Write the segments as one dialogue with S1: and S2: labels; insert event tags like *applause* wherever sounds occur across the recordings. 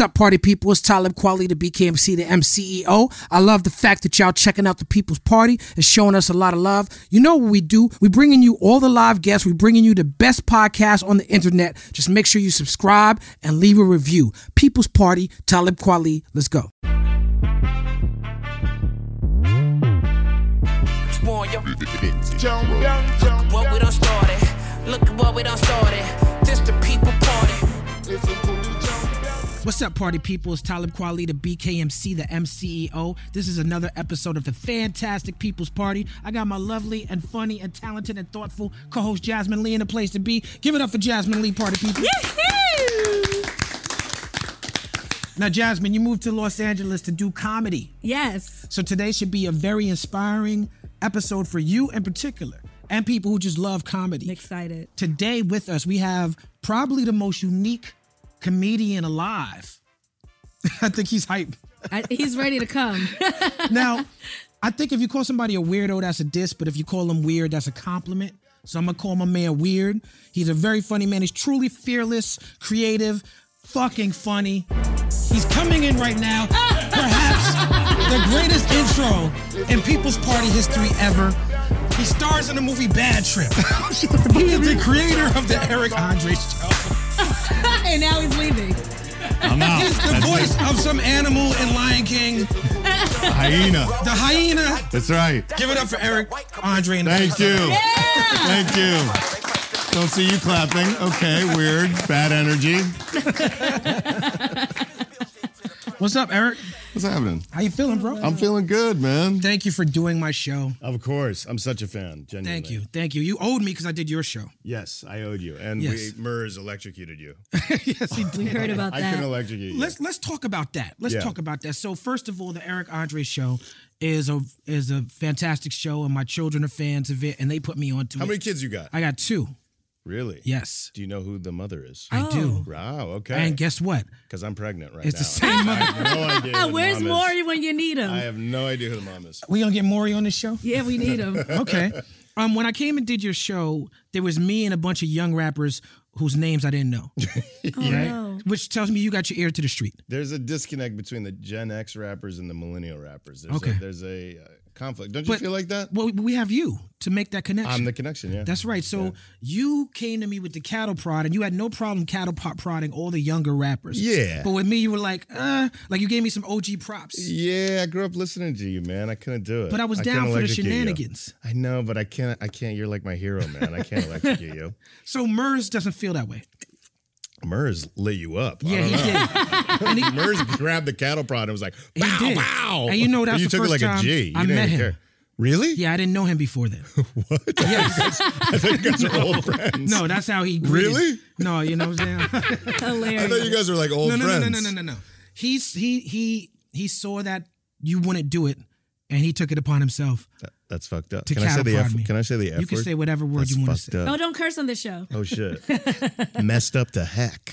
S1: up, party people? It's Talib Kweli, the BKMC, the MCEO. I love the fact that y'all checking out the People's Party and showing us a lot of love. You know what we do? We bringing you all the live guests. We bringing you the best podcast on the internet. Just make sure you subscribe and leave a review. People's Party, Talib Kweli. Let's go.
S2: warrior. What we done started. Look at what we done started. This the people party.
S1: What's up, party people? It's Talib Kweli, the BKMC, the MCEO. This is another episode of the Fantastic People's Party. I got my lovely and funny and talented and thoughtful co-host Jasmine Lee in the place to be. Give it up for Jasmine Lee, party people. Now, Jasmine, you moved to Los Angeles to do comedy.
S3: Yes.
S1: So today should be a very inspiring episode for you in particular and people who just love comedy.
S3: I'm excited.
S1: Today with us, we have probably the most unique comedian alive. *laughs* I think he's hype.
S3: I, he's ready to come. *laughs*
S1: Now, I think if you call somebody a weirdo, that's a diss, but if you call him weird, that's a compliment. So I'm gonna call my man weird. He's a very funny man. He's truly fearless, creative, fucking funny. He's coming in right now. Perhaps the greatest intro in people's party history ever. He stars in the movie Bad Trip. He is *laughs* the creator of the Eric Andre show.
S3: and now he's leaving.
S4: I'm out.
S1: He's the
S4: That's
S1: voice
S4: it.
S1: of some animal in Lion King, the
S4: Hyena.
S1: hyena.
S4: That's right.
S1: Give it up for Eric Andre and
S4: Thank you. Thank you. Don't see you clapping. Okay, weird. Bad energy.
S1: What's up, Eric?
S4: What's happening?
S1: How you feeling, bro?
S4: I'm feeling good, man.
S1: Thank you for doing my show.
S4: Of course. I'm such a fan. Genuinely.
S1: Thank you. Thank you. You owed me because I did your
S4: *laughs*
S1: show.
S4: Yes, I owed you. And
S1: Yes.
S4: we, MERS electrocuted you.
S1: yes, he
S3: We
S1: did.
S3: heard about
S4: I couldn't
S3: that.
S4: electrocute you.
S1: Let's let's talk about that. Let's
S4: Yeah.
S1: talk about that. So first of all, the Eric Andre show is a is a fantastic show, and my children are fans of it, and they put me onto
S4: How
S1: it.
S4: many kids you got?
S1: I got two.
S4: really?
S1: Yes,
S4: Do you know who the mother is?
S3: Oh.
S1: I do.
S4: Wow, okay.
S1: And guess what?
S4: Because I'm pregnant right
S1: It's
S4: now.
S1: the same
S4: I
S1: mother.
S4: have no idea.
S1: *laughs*
S4: who the
S3: Where's
S4: mom is.
S3: Maury when you need him?
S4: I have no idea who the mom is.
S1: We gonna get Maury on this show?
S3: yeah, we need
S4: *laughs*
S3: him.
S1: Okay. *laughs* Um, when I came and did your show, there was me and a bunch of young rappers whose names I didn't
S4: *laughs*
S1: know. right?
S3: no.
S1: Which tells me you got your ear to the street.
S4: There's a disconnect between the Gen X rappers and the millennial rappers. There's
S1: Okay.
S4: A, there's a uh, conflict. Don't you
S1: But-
S4: feel like that?
S1: Well, we have you to make that connection.
S4: I'm the connection. Yeah.
S1: That's right. So you came to me with the cattle prod, and you had no problem cattle prod prodding all the younger rappers.
S4: Yeah.
S1: But with me, you were like, uh, like you gave me some OG props.
S4: yeah, I grew up listening to you, man. I couldn't do it.
S1: But I was
S4: couldn't
S1: down for the
S4: electrocute you.
S1: shenanigans.
S4: I know, but I can't. I can't. You're like my hero, man. I can't
S1: *laughs*
S4: electrocute you.
S1: So Murs doesn't feel that way.
S4: Murs lit you up. I
S1: Yeah,
S4: don't
S1: he
S4: know.
S1: did. and he,
S4: *laughs* Murs grabbed the cattle prod and was like,
S1: He
S4: "Wow,
S1: did.
S4: wow!"
S1: And you know that's
S4: you
S1: the
S4: took
S1: first
S4: it like
S1: time
S4: a G. You
S1: I
S4: didn't
S1: met
S4: even
S1: him.
S4: care. Really?
S1: yeah, I didn't know him before
S4: *laughs*
S1: then.
S4: What?
S1: Yes.
S4: I think you guys are old friends.
S1: no, that's how he. greeted-
S4: Really?
S1: No, you know what
S4: *laughs*
S1: I'm saying.
S4: I thought you
S3: Hilarious.
S4: guys were like old
S1: no, no,
S4: friends.
S1: no, no, no, no, no. He's he he he saw that you wouldn't do it, and he took it upon himself.
S4: That's fucked up.
S1: To
S4: Can I say
S1: cattle
S4: the
S1: prod
S4: F?
S1: me.
S4: Can I say the F
S1: You can
S4: word?
S1: say whatever word
S4: That's
S1: you want to
S4: fucked
S1: say.
S4: up.
S3: Oh, don't curse on this show.
S4: *laughs* Oh shit. Messed up
S1: *laughs*
S4: to heck.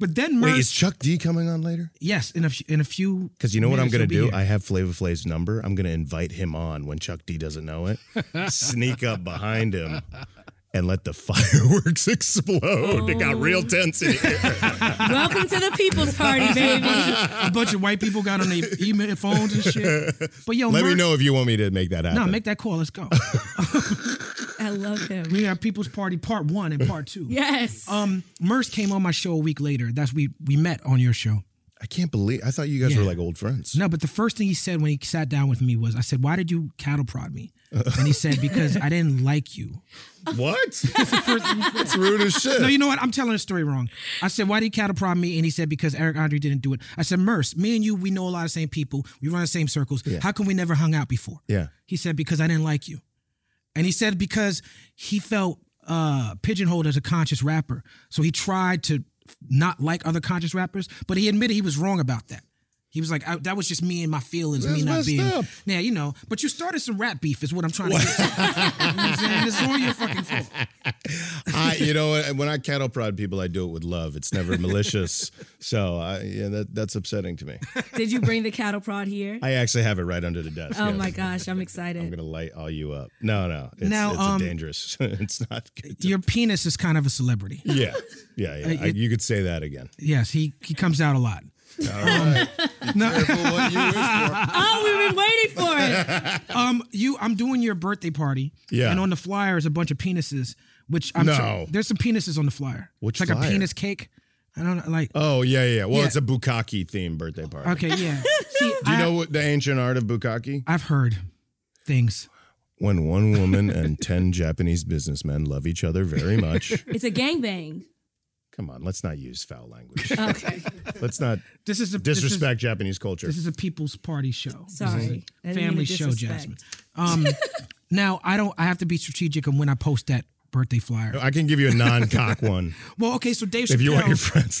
S1: But then Murs,
S4: Wait, is Chuck D coming on later?
S1: yes, in a few, in a few.
S4: Because you know what I'm
S1: minutes
S4: gonna
S1: he'll be
S4: do?
S1: here.
S4: I have Flavor Flav's number. I'm gonna invite him on when Chuck D doesn't know
S1: *laughs*
S4: it. Sneak up behind him and let the *laughs* fireworks explode. It got real
S1: Oh.
S4: tense in here.
S1: *laughs*
S3: Welcome to the people's party, baby.
S4: *laughs*
S1: a bunch of white people got on their email phones and shit. But yo,
S4: *laughs* let
S1: Murs,
S4: me know if you want me to make that happen.
S1: No, make that call. Let's
S4: *laughs*
S1: go.
S3: I love him.
S1: we have People's Party Part One and Part Two.
S3: Yes.
S4: Oh.
S1: Um, Merce came on my show a week later. That's we we met on your show.
S4: I can't believe I thought you guys
S1: Yeah.
S4: were like old friends.
S1: No, but the first thing he said when he sat down with me was, I said, "Why did you cattle prod me?" And he said, "Because I didn't like you."
S4: *laughs*
S1: *laughs*
S4: What? That's rude as shit.
S1: No, you know what? I'm telling the story wrong. I said, why did he cattle prod me? And he said, because Eric Andre didn't do it. I said, Merce, me and you, we know a lot of same people. We run the same circles. How come we never hung out before?
S4: yeah.
S1: He said, because I didn't like you. And he said, because he felt uh, pigeonholed as a conscious rapper. So he tried to not like other conscious rappers, but he admitted he was wrong about that. He He was like, I, that was just me and my feelings,
S4: That's
S1: me not
S4: messed
S1: being.
S4: up.
S1: Yeah, you know. But you started some rap beef, is what I'm
S4: *laughs*
S1: trying to get. to. you know what I'm saying? It's all your fucking fault.
S4: I, you know, what, when I cattle prod people, I do it with love. It's never
S1: *laughs*
S4: malicious. So, I, yeah, that, that's upsetting to me.
S3: Did you bring the cattle prod here?
S4: I actually have it right under the desk.
S3: oh
S4: yes.
S3: my gosh, I'm
S4: I'm
S3: excited.
S4: gonna light all you up. No, no, it's,
S1: Now,
S4: it's
S1: um,
S4: a dangerous. *laughs*
S1: *laughs*
S4: it's not good. to-
S1: Your penis is kind of a celebrity.
S4: yeah, yeah,
S5: Uh,
S4: yeah. I,
S1: it-
S4: you could say that again.
S1: Yes, he he comes out a lot.
S5: what you wish for.
S3: oh, we've been waiting for it.
S1: Um, you, I'm doing your birthday party.
S4: Yeah.
S1: And on the flyer is a bunch of penises, which I'm
S4: No.
S1: sure- there's some penises on the flyer.
S4: Which
S1: it's like
S4: flyer?
S1: a penis cake. I don't know, like.
S4: *laughs* Oh yeah, yeah. Well,
S1: Yeah.
S4: it's a bukkake themed birthday party.
S1: Okay,
S4: *laughs*
S1: yeah. See,
S4: Oh. Do you
S1: I,
S4: know what the ancient art of bukkake?
S1: I've heard things.
S4: When one
S1: *laughs*
S4: woman and ten Japanese businessmen love each other very much.
S3: It's a gangbang.
S4: Come on, let's not use foul language.
S3: Okay,
S4: Let's not
S1: This is a Uh, this is-
S4: disrespect Japanese culture.
S1: This is, a people's party show.
S3: sorry. I didn't mean to
S1: Family show,
S3: disrespect.
S1: Jasmine. Um,
S3: *laughs*
S1: now I don't. I have to be strategic on when I post that birthday flyer.
S4: I can give you a
S1: *laughs*
S4: non-cock one
S1: Well, okay. So Dave
S4: Uh, if you want your
S1: Chappelle.
S4: friends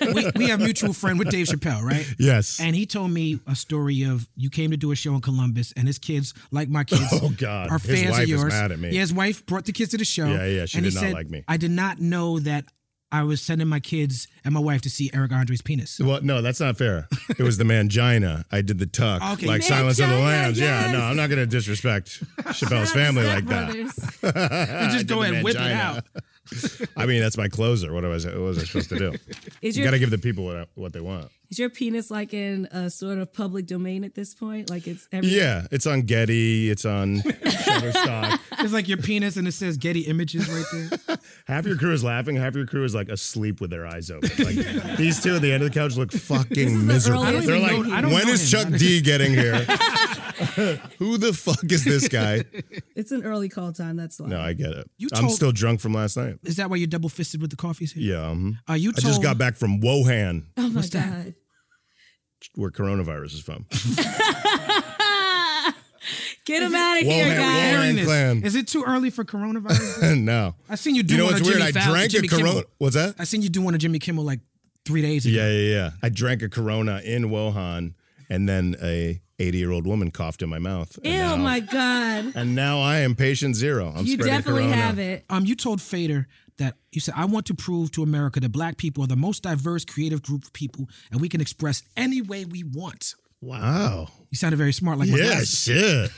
S1: *laughs*
S4: come.
S1: we, we have mutual friend with Dave Chappelle, right?
S4: yes.
S1: And he told me a story of you came to do a show in Columbus, and his kids, like my kids,
S4: *laughs* Oh, God.
S1: are
S4: His
S1: fans
S4: wife
S1: of
S4: is
S1: yours.
S4: mad at me.
S1: Yeah, his wife brought the kids to the show.
S4: Yeah, yeah, she
S1: and he
S4: did not
S1: said,
S4: like me.
S1: I did not know that I was sending my kids and my wife to see Eric Andre's penis.
S4: Well, no, that's not fair. It was the mangina. I did the tuck,
S1: Okay.
S4: like Silence of the
S3: Mangina,
S4: Lambs. Yeah,
S3: yes.
S4: no, I'm not gonna
S1: *laughs*
S4: disrespect Chappelle's Oh, family like that.
S3: Brothers.
S1: You just go ahead
S4: did the
S1: and whip it
S4: mangina.
S1: out.
S4: *laughs* I mean, that's my closer. What was I, what was I supposed to
S1: *laughs*
S4: do?
S3: Is
S4: you
S3: your
S4: got to give the people what I, what they want.
S3: is your penis like in a sort of public domain at this point? Like it's every
S4: Yeah, it's on Getty. It's on
S1: *laughs*
S4: Shutterstock.
S1: It's like your penis, and it says Getty Images right there.
S4: *laughs* half your crew is laughing. Half your crew is like asleep with their eyes open. Like these two at the end of the couch look fucking miserable.
S3: earliest-
S4: They're
S3: I don't
S4: like,
S1: even know- I don't
S4: when
S1: know
S4: is
S1: him.
S4: Chuck D getting
S1: *laughs*
S4: here? *laughs* Who the fuck is this guy?
S3: It's an early call time. That's why.
S4: No, I get it.
S1: You
S4: I'm
S1: told-
S4: still drunk from last night.
S1: Is that why you're double fisted with the coffees here?
S4: Yeah. mhm.
S1: Uh, you
S4: I
S1: told,
S4: just got back from Wuhan,
S3: oh my
S1: What's that?
S3: god.
S4: where coronavirus is
S1: *laughs*
S4: from. *laughs*
S3: Get him out of
S4: Whoa,
S3: here,
S4: man, whoa,
S3: guys.
S4: man.
S1: Wearing this.
S4: Clan.
S1: Is it too early for coronavirus?
S4: no.
S1: I seen you do
S4: You know
S1: one
S4: what's
S1: of
S4: weird?
S1: Jimmy
S4: I
S1: Fallon-
S4: drank a
S1: Jimmy Kimmel.
S4: corona. What's that?
S1: I seen you do one of Jimmy Kimmel like three days ago.
S4: Yeah, yeah, yeah. I drank a Corona in Wuhan, and then a 80 year old woman coughed in my mouth. and
S3: Ew,
S4: now-
S3: my god.
S4: And now I am patient zero. I'm
S3: You
S4: spreading
S3: definitely
S4: corona.
S3: have it.
S1: Um, you told Fader that you said, I want to prove to America that black people are the most diverse, creative group of people, and we can express any way we want. *laughs*
S4: Wow.
S1: You sounded very smart, like my
S4: Yeah,
S1: glasses.
S4: shit.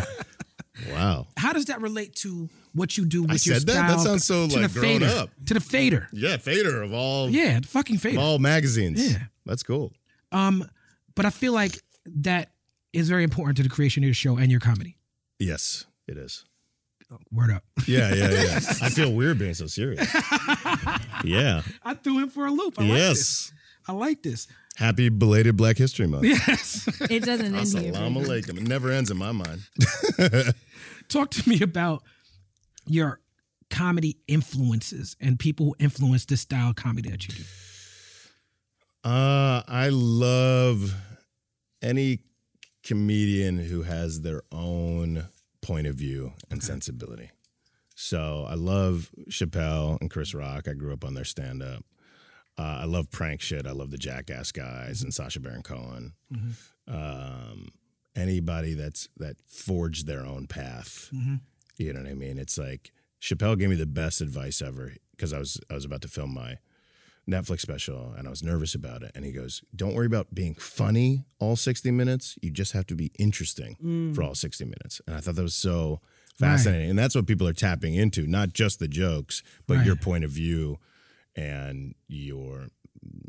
S1: *laughs*
S4: *laughs* wow.
S1: How does that relate to what you do with your
S4: said that? That
S1: style?
S4: sounds so,
S1: to
S4: like,
S1: the
S4: grown
S1: fader,
S4: up.
S1: To the fader.
S4: Yeah, Fader of all
S1: Yeah, the fucking fader.
S4: of all magazines.
S1: Yeah.
S4: That's cool.
S1: Um, but I feel like that is very important to the creation of your show and your comedy.
S4: Yes, it is.
S1: Word up.
S4: Yeah, yeah, *laughs* yeah. I feel weird being so *laughs* serious. Yeah.
S1: I threw him for a loop. I like this.
S4: yes.
S1: I like this. *laughs*
S4: Happy belated Black History Month.
S1: Yes.
S3: It doesn't end here.
S4: Assalamu
S3: baby.
S4: alaikum. It never ends in my mind.
S1: Talk to me about your comedy influences and people who influence the style of comedy that you do.
S4: Uh, I love any comedian who has their own point of view and sensibility. So I love Chappelle and Chris Rock. I grew up on their stand up. Uh, I love prank shit. I love the Jackass guys and Sasha Baron Cohen. Um, anybody that's that forged their own path. You know what I mean? It's like Chappelle gave me the best advice ever because I was I was about to film my Netflix special and I was nervous about it. And he goes, Don't worry about being funny all 60 minutes. You just have to be interesting for all 60 minutes. And I thought that was so fascinating. And that's what people are tapping into, not just the jokes, but your point of view and your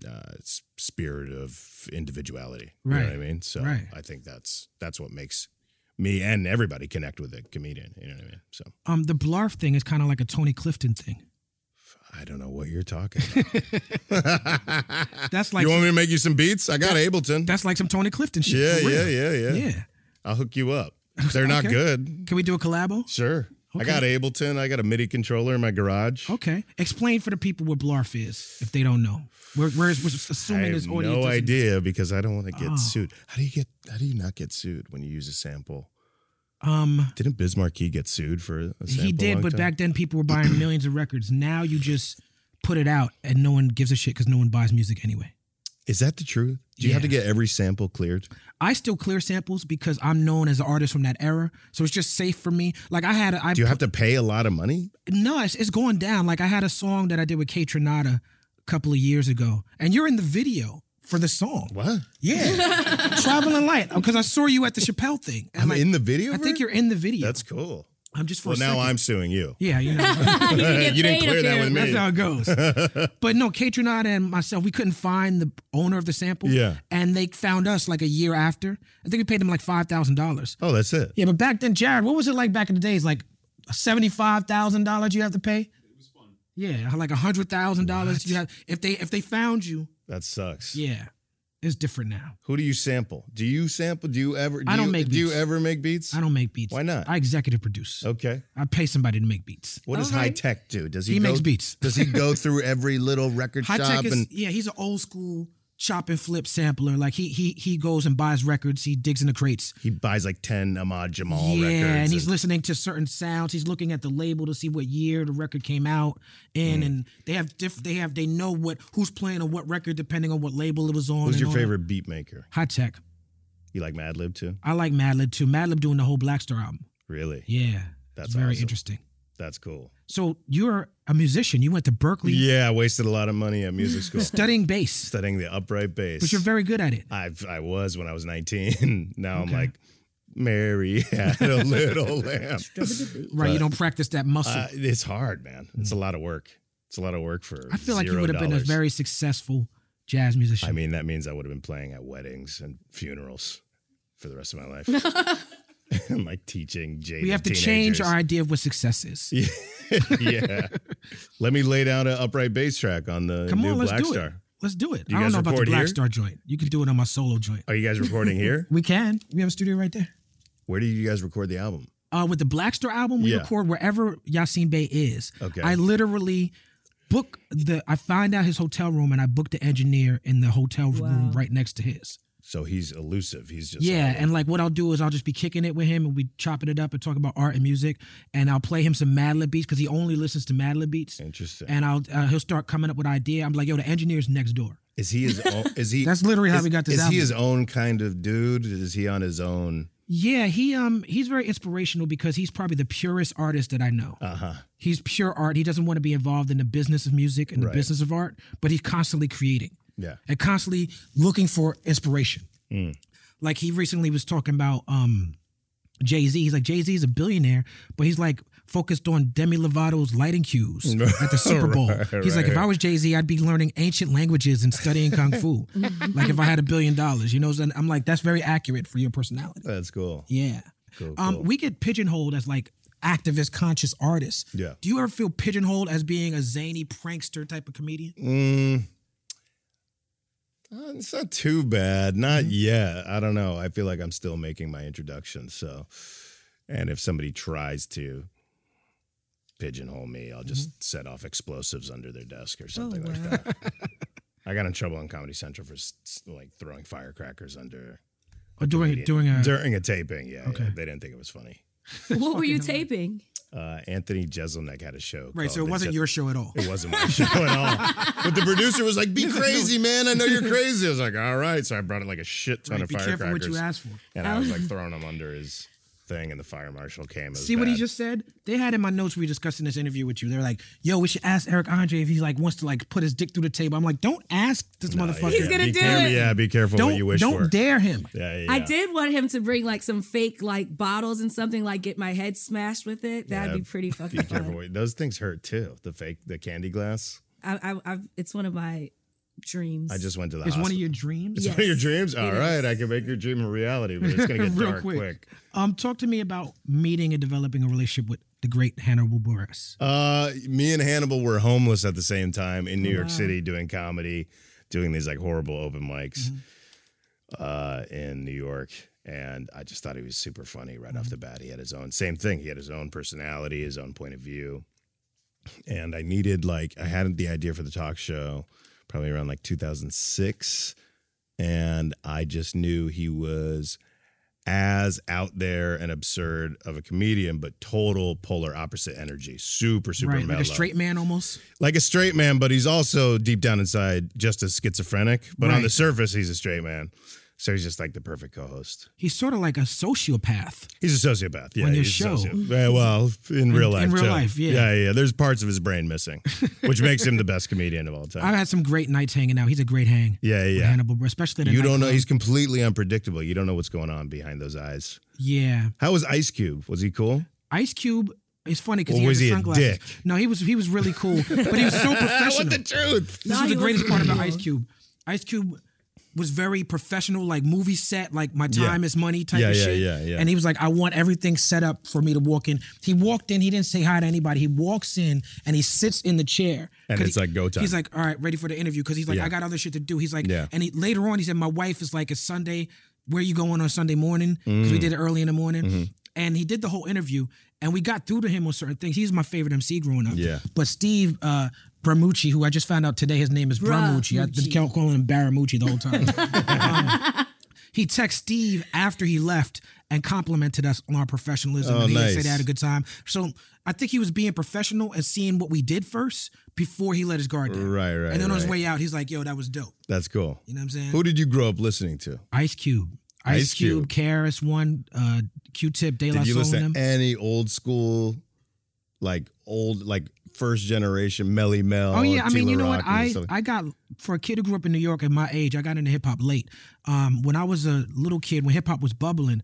S4: uh, s- spirit of individuality. You know what I
S1: Right.
S4: mean? So
S1: Right.
S4: I think that's that's what makes me and everybody connect with a comedian. You know what I mean? So
S1: Um, the blarf thing is kind of like a Tony Clifton thing.
S4: I don't know what you're talking about. *laughs*
S1: That's *laughs* like
S4: you want me to make you some beats? I got Ableton.
S1: that's like some Tony Clifton shit.
S4: Yeah,
S1: for
S4: yeah,
S1: real.
S4: yeah, yeah,
S1: yeah.
S4: I'll hook
S1: *laughs*
S4: you up. They're not
S1: Okay.
S4: good.
S1: Can we do a collabo?
S4: Sure. I got Ableton. I got a MIDI controller in my garage.
S1: Okay, explain for the people what blarf is if they don't know. We're we're, we're
S4: I
S1: assuming
S4: have
S1: this audience.
S4: no
S1: doesn't-
S4: idea because I don't want to get
S1: Ah.
S4: sued. How do you get? How do you not get sued when you use a sample?
S1: Um,
S4: Didn't Biz Markie get sued for a sample?
S1: he
S4: a
S1: did,
S4: long
S1: but
S4: time?
S1: back then people were buying millions of records. Now you just put it out and no one gives a shit because no one buys music anyway.
S4: Is that the truth? Do you have to
S1: Yeah.
S4: get every sample cleared?
S1: I still clear samples because I'm known as an artist from that era, so it's just safe for me. Like I had, a, I
S4: Do you have to pay a lot of money?
S1: no, it's, it's going down. Like I had a song that I did with Kate Trinata a couple of years ago, and you're in the video for the song.
S4: What?
S1: Yeah, traveling light because I saw you at the Chappelle thing. And,
S4: I'm
S1: like,
S4: in the video.
S1: I
S4: for
S1: think
S4: it?
S1: you're in the video.
S4: That's cool.
S1: I'm just for
S4: Well,
S1: a
S4: now
S1: second.
S4: I'm suing you.
S1: Yeah, you
S4: *laughs*
S1: know.
S3: you
S4: You didn't clear that with me.
S1: That's how it goes.
S4: *laughs*
S1: but no, Katrinata and myself, we couldn't find the owner of the sample.
S4: Yeah.
S1: And they found us like a year after. I think we paid them like five thousand dollars.
S4: Oh, that's it.
S1: Yeah, but back then, Jared, what was it like back in the days? Like seventy five thousand dollars you have to pay? Yeah, like hundred thousand dollars you have if they if they found you,
S4: That sucks.
S1: yeah. It's different now.
S4: Who do you sample? Do you sample? Do you ever? Do
S1: I don't
S4: you,
S1: make
S4: Do you
S1: beats.
S4: ever make beats?
S1: I don't make beats.
S4: Why not?
S1: I executive produce.
S4: Okay.
S1: I pay somebody to make beats.
S4: What does
S3: All right.
S4: High Tech do? Does he?
S1: He
S4: go-
S1: makes beats.
S4: Does he go through every little record
S1: High
S4: shop
S1: Tech is
S4: and?
S1: yeah, he's an old school chop and flip sampler. Like he he he goes and buys records, he digs in the crates.
S4: He buys like ten Ahmad Jamal
S1: yeah,
S4: records.
S1: and he's listening to certain sounds. He's looking at the label to see what year the record came out in,
S4: Mm.
S1: and they have diff- they have they know what who's playing on what record depending on what label it was on.
S4: Who's
S1: and
S4: your
S1: all that.
S4: favorite beat maker?
S1: High Tech.
S4: You like Madlib too?
S1: I like Madlib too. Madlib doing the whole Blackstar album.
S4: Really?
S1: Yeah,
S4: That's
S1: it's very
S4: awesome.
S1: interesting.
S4: That's cool.
S1: So you're a musician. You went to Berkeley
S4: Yeah, I wasted a lot of money at music school
S1: studying bass,
S4: *laughs* studying the upright bass.
S1: but you're very good at it.
S4: I I was when I was 19. *laughs* now I'm like, Mary had
S1: *laughs*
S4: a little lamb.
S1: Right, you
S4: But,
S1: don't practice that muscle.
S4: Uh, it's hard, man. It's a lot of work. It's a lot of work for.
S1: I feel like you
S4: zero
S1: would have been a
S4: dollars.
S1: very successful jazz musician.
S4: I mean, that means I would have been playing at weddings and funerals for the rest of my life.
S1: *laughs*
S4: *laughs* and like teaching jaded
S1: we have to change
S4: teenagers.
S1: our idea of what success is.
S4: yeah. Let me lay down an upright bass track on the
S1: Come
S4: new
S1: on, let's
S4: Black
S1: do it.
S4: Star.
S1: Let's do it.
S4: You
S1: I
S4: guys
S1: don't know about the
S4: record
S1: Black
S4: here?
S1: Star joint. You can do it on my solo joint.
S4: Are you guys recording here?
S1: We can. We have a studio right there.
S4: Where do you guys record the album?
S1: Uh, with the Black Star album, we
S4: Yeah.
S1: record wherever Yasin Bey is.
S4: Okay.
S1: I literally book the. I find out his hotel room and I book the engineer in the hotel room
S3: Wow.
S1: right next to his.
S4: So he's elusive. He's just
S1: Yeah, and like what I'll do is I'll just be kicking it with him and we chopping it up and talk about art and music and I'll play him some Madlib beats because he only listens to Madlib beats.
S4: interesting.
S1: and I'll uh, he'll start coming up with idea. I'm like, yo, the engineer's next door.
S4: Is he his own? Is
S1: *laughs*
S4: he?
S1: That's literally how
S4: is,
S1: we got this
S4: Is
S1: album.
S4: he his own kind of dude? Is he on his own?
S1: Yeah, he um he's very inspirational because he's probably the purest artist that I know.
S4: Uh huh.
S1: He's pure art. He doesn't want to be involved in the business of music and
S4: Right.
S1: the business of art, but he's constantly creating
S4: Yeah. Mm.
S1: and constantly looking for inspiration. Like he recently was talking about um Jay Z. He's like Jay Z is a billionaire, but he's like focused on Demi Lovato's lighting
S4: *laughs*
S1: cues at the Super Bowl.
S4: Right,
S1: he's like, if
S4: right.
S1: I was Jay Z, I'd be learning ancient languages and studying kung fu. like if I had a billion dollars, you know. so I'm like, that's very accurate for your personality.
S4: That's cool.
S1: Yeah.
S4: Cool,
S1: Um,
S4: cool.
S1: we get pigeonholed as like activist conscious artists.
S4: Yeah.
S1: Do you ever feel pigeonholed as being a zany prankster type of comedian?
S4: Mm, uh, it's not too bad. Not
S1: Mm-hmm.
S4: yet. I don't know. I feel like I'm still making my introduction. So, and if somebody tries to pigeonhole me, I'll just
S1: Mm-hmm.
S4: set off explosives under their desk or something
S1: Oh,
S4: like
S3: wow.
S4: that.
S1: *laughs*
S4: I got in trouble on Comedy Central for s- s- like throwing firecrackers under
S1: Or doing
S4: comedian.
S1: doing a
S4: during a taping. Yeah,
S1: Okay.
S4: yeah. they didn't think it was funny.
S3: What were you taping?
S4: Uh, Anthony Jeselnik had a show.
S1: right? So it
S4: called The
S1: wasn't
S4: Je-
S1: your show at all.
S4: It wasn't my *laughs* show at all. But the producer was
S1: *laughs*
S4: like, "Be crazy, man! I know you're crazy." I was like, "All right." So I brought like a shit ton
S1: Right,
S4: of
S1: be careful what you
S4: firecrackers,
S1: ask for.
S4: and I
S1: *laughs*
S4: was like throwing them under his thing, and the fire marshal came. It was
S1: See what he
S4: bad.
S1: just said? They had in my notes we were discussing this interview with you. They're like, "Yo, we should ask Eric Andre if he like wants to like put his dick through the table." I'm like, "Don't ask this motherfucker.
S3: He's gonna
S4: be
S3: do
S4: careful-
S3: it.
S4: Yeah, be careful
S1: don't
S4: what you wish
S1: don't
S4: for.
S1: dare him."
S4: yeah, yeah,
S3: I
S4: yeah.
S3: did want him to bring like some fake like bottles and something like get my head smashed with it. That'd
S4: Yeah.
S3: be pretty fucking
S4: Be careful.
S3: fun.
S4: what- Those things hurt too. The fake, the candy glass.
S3: I, I, I've, it's one of my dreams.
S4: I just went to the.
S1: It's one of
S4: hospital.
S1: your dreams.
S4: *laughs* It's one of your
S3: Yes,
S4: dreams.
S3: it
S4: All right,
S3: is.
S4: I can make your dream a reality, but it's
S1: *laughs*
S4: gonna get
S1: Real
S4: dark
S1: quick.
S4: quick.
S1: Um, talk to me about meeting and developing a relationship with the great Hannibal Buress.
S4: Uh, me and Hannibal were homeless at the same time in New York City doing comedy, doing these like horrible open mics uh, in New York. And I just thought he was super funny right
S1: Mm-hmm.
S4: off the bat. He had his own, same thing. He had his own personality, his own point of view. And I needed, like, I had the idea for the talk show probably around like 2006. And I just knew he was as out there and absurd of a comedian, but total polar opposite energy. Super, super
S1: right, like
S4: mellow.
S1: a straight man almost.
S4: like a straight man, but he's also deep down inside just as schizophrenic. But on
S1: Right.
S4: the surface, he's a straight man. So he's just like the perfect co-host.
S1: He's sort of like a sociopath.
S4: He's a sociopath. Yeah,
S1: On your
S4: he's a
S1: show.
S4: sociopath. Yeah, well, in real life.
S1: in real
S4: too.
S1: life, yeah.
S4: yeah, yeah. There's parts of his brain
S1: *laughs*
S4: missing, which makes him the best comedian of all time.
S1: I've had some great nights hanging out. He's a great hang.
S4: yeah,
S1: with
S4: yeah.
S1: Hannibal, especially at a
S4: You don't know.
S1: nightclub.
S4: He's completely unpredictable. You don't know what's going on behind those eyes.
S1: yeah.
S4: How was Ice Cube? Was he cool?
S1: Ice Cube is funny because
S4: Or
S1: he
S4: was
S1: has the
S4: he a
S1: sunglasses.
S4: dick?
S1: No, he was he was really cool, but he was
S4: *laughs*
S1: so professional.
S4: truth?
S1: this
S3: No,
S1: was
S3: he
S1: the greatest
S3: wasn't
S1: part about
S3: cool.
S1: Ice Cube. Ice Cube was very professional, like movie set, like my
S4: Yeah.
S1: time is money type
S4: Yeah,
S1: of
S4: yeah,
S1: shit.
S4: yeah, yeah.
S1: And he was like, I want everything set up for me to walk in. He walked in, he didn't say hi to anybody. He walks in and he sits in the chair.
S4: And
S1: 'Cause
S4: it's
S1: he-
S4: like go time.
S1: He's like, all right, ready for the interview. Cause he's like,
S4: Yeah.
S1: I got other shit to do. He's like,
S4: Yeah.
S1: and he, later on, he said, my wife is like, it's Sunday. Where you going on Sunday morning? Because
S4: Mm.
S1: we did it early in the morning.
S4: Mm-hmm.
S1: And he did the whole interview, and we got through to him on certain things. He's my favorite MC growing up.
S4: Yeah.
S1: But Steve uh, Bramucci, who I just found out today, his name is Bramucci. I've been ca- calling him Baramucci the whole time. Um, he texted Steve after he left and complimented us on our professionalism.
S4: Oh,
S1: and he didn't say
S4: nice.
S1: they had a good time. So I think he was being professional and seeing what we did first before he let his guard down.
S4: Right, right,
S1: And then on his
S4: right.
S1: way out, he's like, yo, that was dope.
S4: That's cool.
S1: You know what I'm saying?
S4: Who did you grow up listening to?
S1: Ice Cube. Ice,
S4: Ice
S1: Cube, Karis One, uh, Q Tip, De La
S4: Did you
S1: Soul, and
S4: listen
S1: them.
S4: to any old school, like old, like first generation Melly Mel?
S1: Oh yeah, I mean,
S4: Tila
S1: you know what?
S4: Rock and
S1: I
S4: stuff?
S1: I got for a kid who grew up in New York at my age, I got into hip hop late. Um, when I was a little kid, when hip hop was bubbling,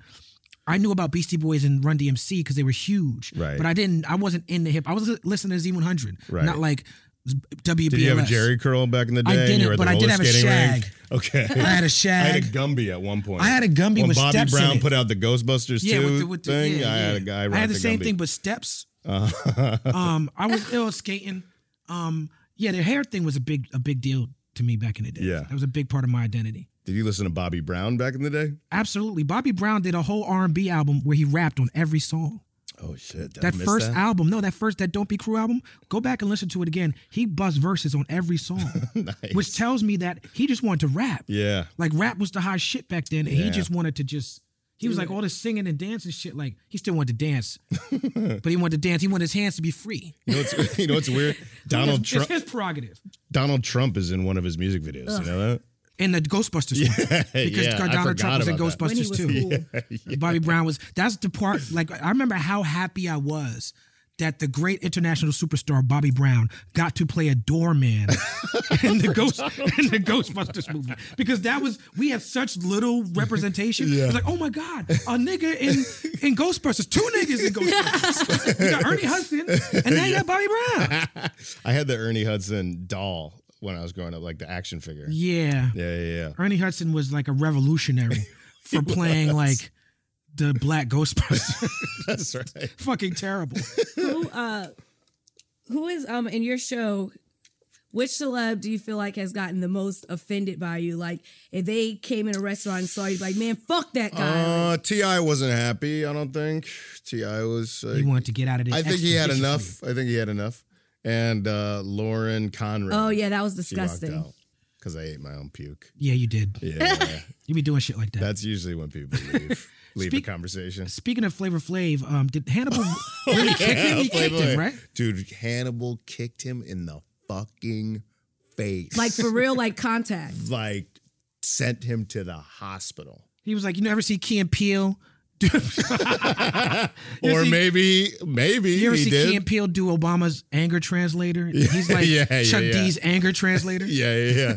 S1: I knew about Beastie Boys and Run DMC because they were huge.
S4: Right.
S1: But I didn't. I wasn't in the hip. I was li- listening to Z100.
S4: Right.
S1: Not like WBLS.
S4: did you have a Jerry curl back in the day?
S1: I
S4: and you
S1: didn't,
S4: were at
S1: but
S4: the
S1: I did
S4: roller
S1: have a
S4: skating
S1: shag.
S4: rink? *laughs*
S1: *laughs*
S4: Okay,
S1: I had a
S4: I had
S1: shag.
S4: a Gumby at one point.
S1: I had a Gumby
S4: when
S1: with
S4: Bobby
S1: steps in
S4: Brown
S1: it.
S4: put out the Ghostbusters
S1: yeah,
S4: two
S1: with the, with the
S4: thing.
S1: yeah,
S4: I had a
S1: yeah.
S4: guy.
S1: I had the same
S4: Gumby. Uh,
S1: thing, but steps. um, I was ill skating. Um, yeah, the hair thing was a big a big deal to me back in the day.
S4: Yeah.
S1: that was a big part of my identity.
S4: *laughs* Did you listen to Bobby Brown back in the day?
S1: Absolutely. Bobby Brown did a whole R&B album where he rapped on every song.
S4: Oh shit! Did I
S1: That
S4: miss
S1: first
S4: that?
S1: album, no, that first that Don't Be Crew album, go back and listen to it again. He buzzed verses on every song,
S4: *laughs* *laughs* Nice.
S1: which tells me that he just wanted to rap.
S4: Yeah.
S1: Like rap was the high shit back then, and he
S4: Yeah.
S1: just wanted to just. He was like all this singing and dancing shit. Like he still wanted to
S4: *laughs*
S1: dance, but he wanted to dance. He wanted his hands to be free.
S4: You know what's, *laughs* you know
S1: *laughs*
S4: what's weird? Donald
S1: it's, it's *laughs*
S4: Trump.
S1: his prerogative.
S4: Donald Trump is in one of his music videos. You know that?
S1: In the Ghostbusters, one, because
S4: *laughs* yeah, I
S1: Donald
S4: forgot
S1: Trump was in
S4: about that.
S3: When he
S1: Ghostbusters
S3: was
S1: too.
S3: cool.
S1: Bobby Brown was. That's the part. Like I remember how happy I was that the great international superstar Bobby Brown got to play a doorman *laughs* in the Ghost in the Ghostbusters movie because that was we had such little representation.
S4: Yeah.
S1: It's like oh my god, a nigga in in Ghostbusters, two niggas in Ghostbusters. you got Ernie Hudson and now you got Bobby Brown.
S4: *laughs* I had the Ernie Hudson doll when I was growing up, like the action figure. Yeah,
S1: Yeah.
S4: yeah, yeah. *laughs*
S1: Ernie Hudson was like a revolutionary for playing like the Black Ghostbusters. *laughs*
S4: That's right.
S1: Fucking terrible.
S3: who uh who is um in your show which celeb do you feel like has gotten the most offended by you like if they came in a restaurant and saw you like man fuck that guy
S4: Uh, Ti wasn't happy. I don't think Ti was. Like,
S1: He wanted to get out of this.
S4: I think he had
S1: expeditiously.
S4: enough. I think he had enough. And uh, Lauren Conrad.
S3: oh yeah that was
S4: she walked
S3: disgusting
S4: out because I ate my own
S1: *laughs*
S4: puke.
S1: Yeah, you did.
S4: Yeah,
S1: You be doing shit like that.
S4: that's usually when people leave leave
S1: Speak-
S4: a conversation.
S1: Speaking of Flavor Flav, um, did
S4: *laughs*
S1: Hannibal really kick him? He
S4: Playboy.
S1: *laughs* kicked him, right?
S4: Dude, Hannibal kicked him in the fucking face.
S3: like for real like
S4: *laughs*
S3: contact
S4: like sent him to the hospital.
S1: He was like, "You never see Key and Peele." do-
S4: *laughs*
S1: You
S4: or
S1: ever see-
S4: maybe, maybe
S1: You ever
S4: he
S1: see
S4: did.
S1: Key and Peele do Obama's anger translator? He's like
S4: yeah, yeah,
S1: Chuck
S4: yeah.
S1: D's anger
S4: *laughs*
S1: translator. *laughs*
S4: yeah, yeah, yeah.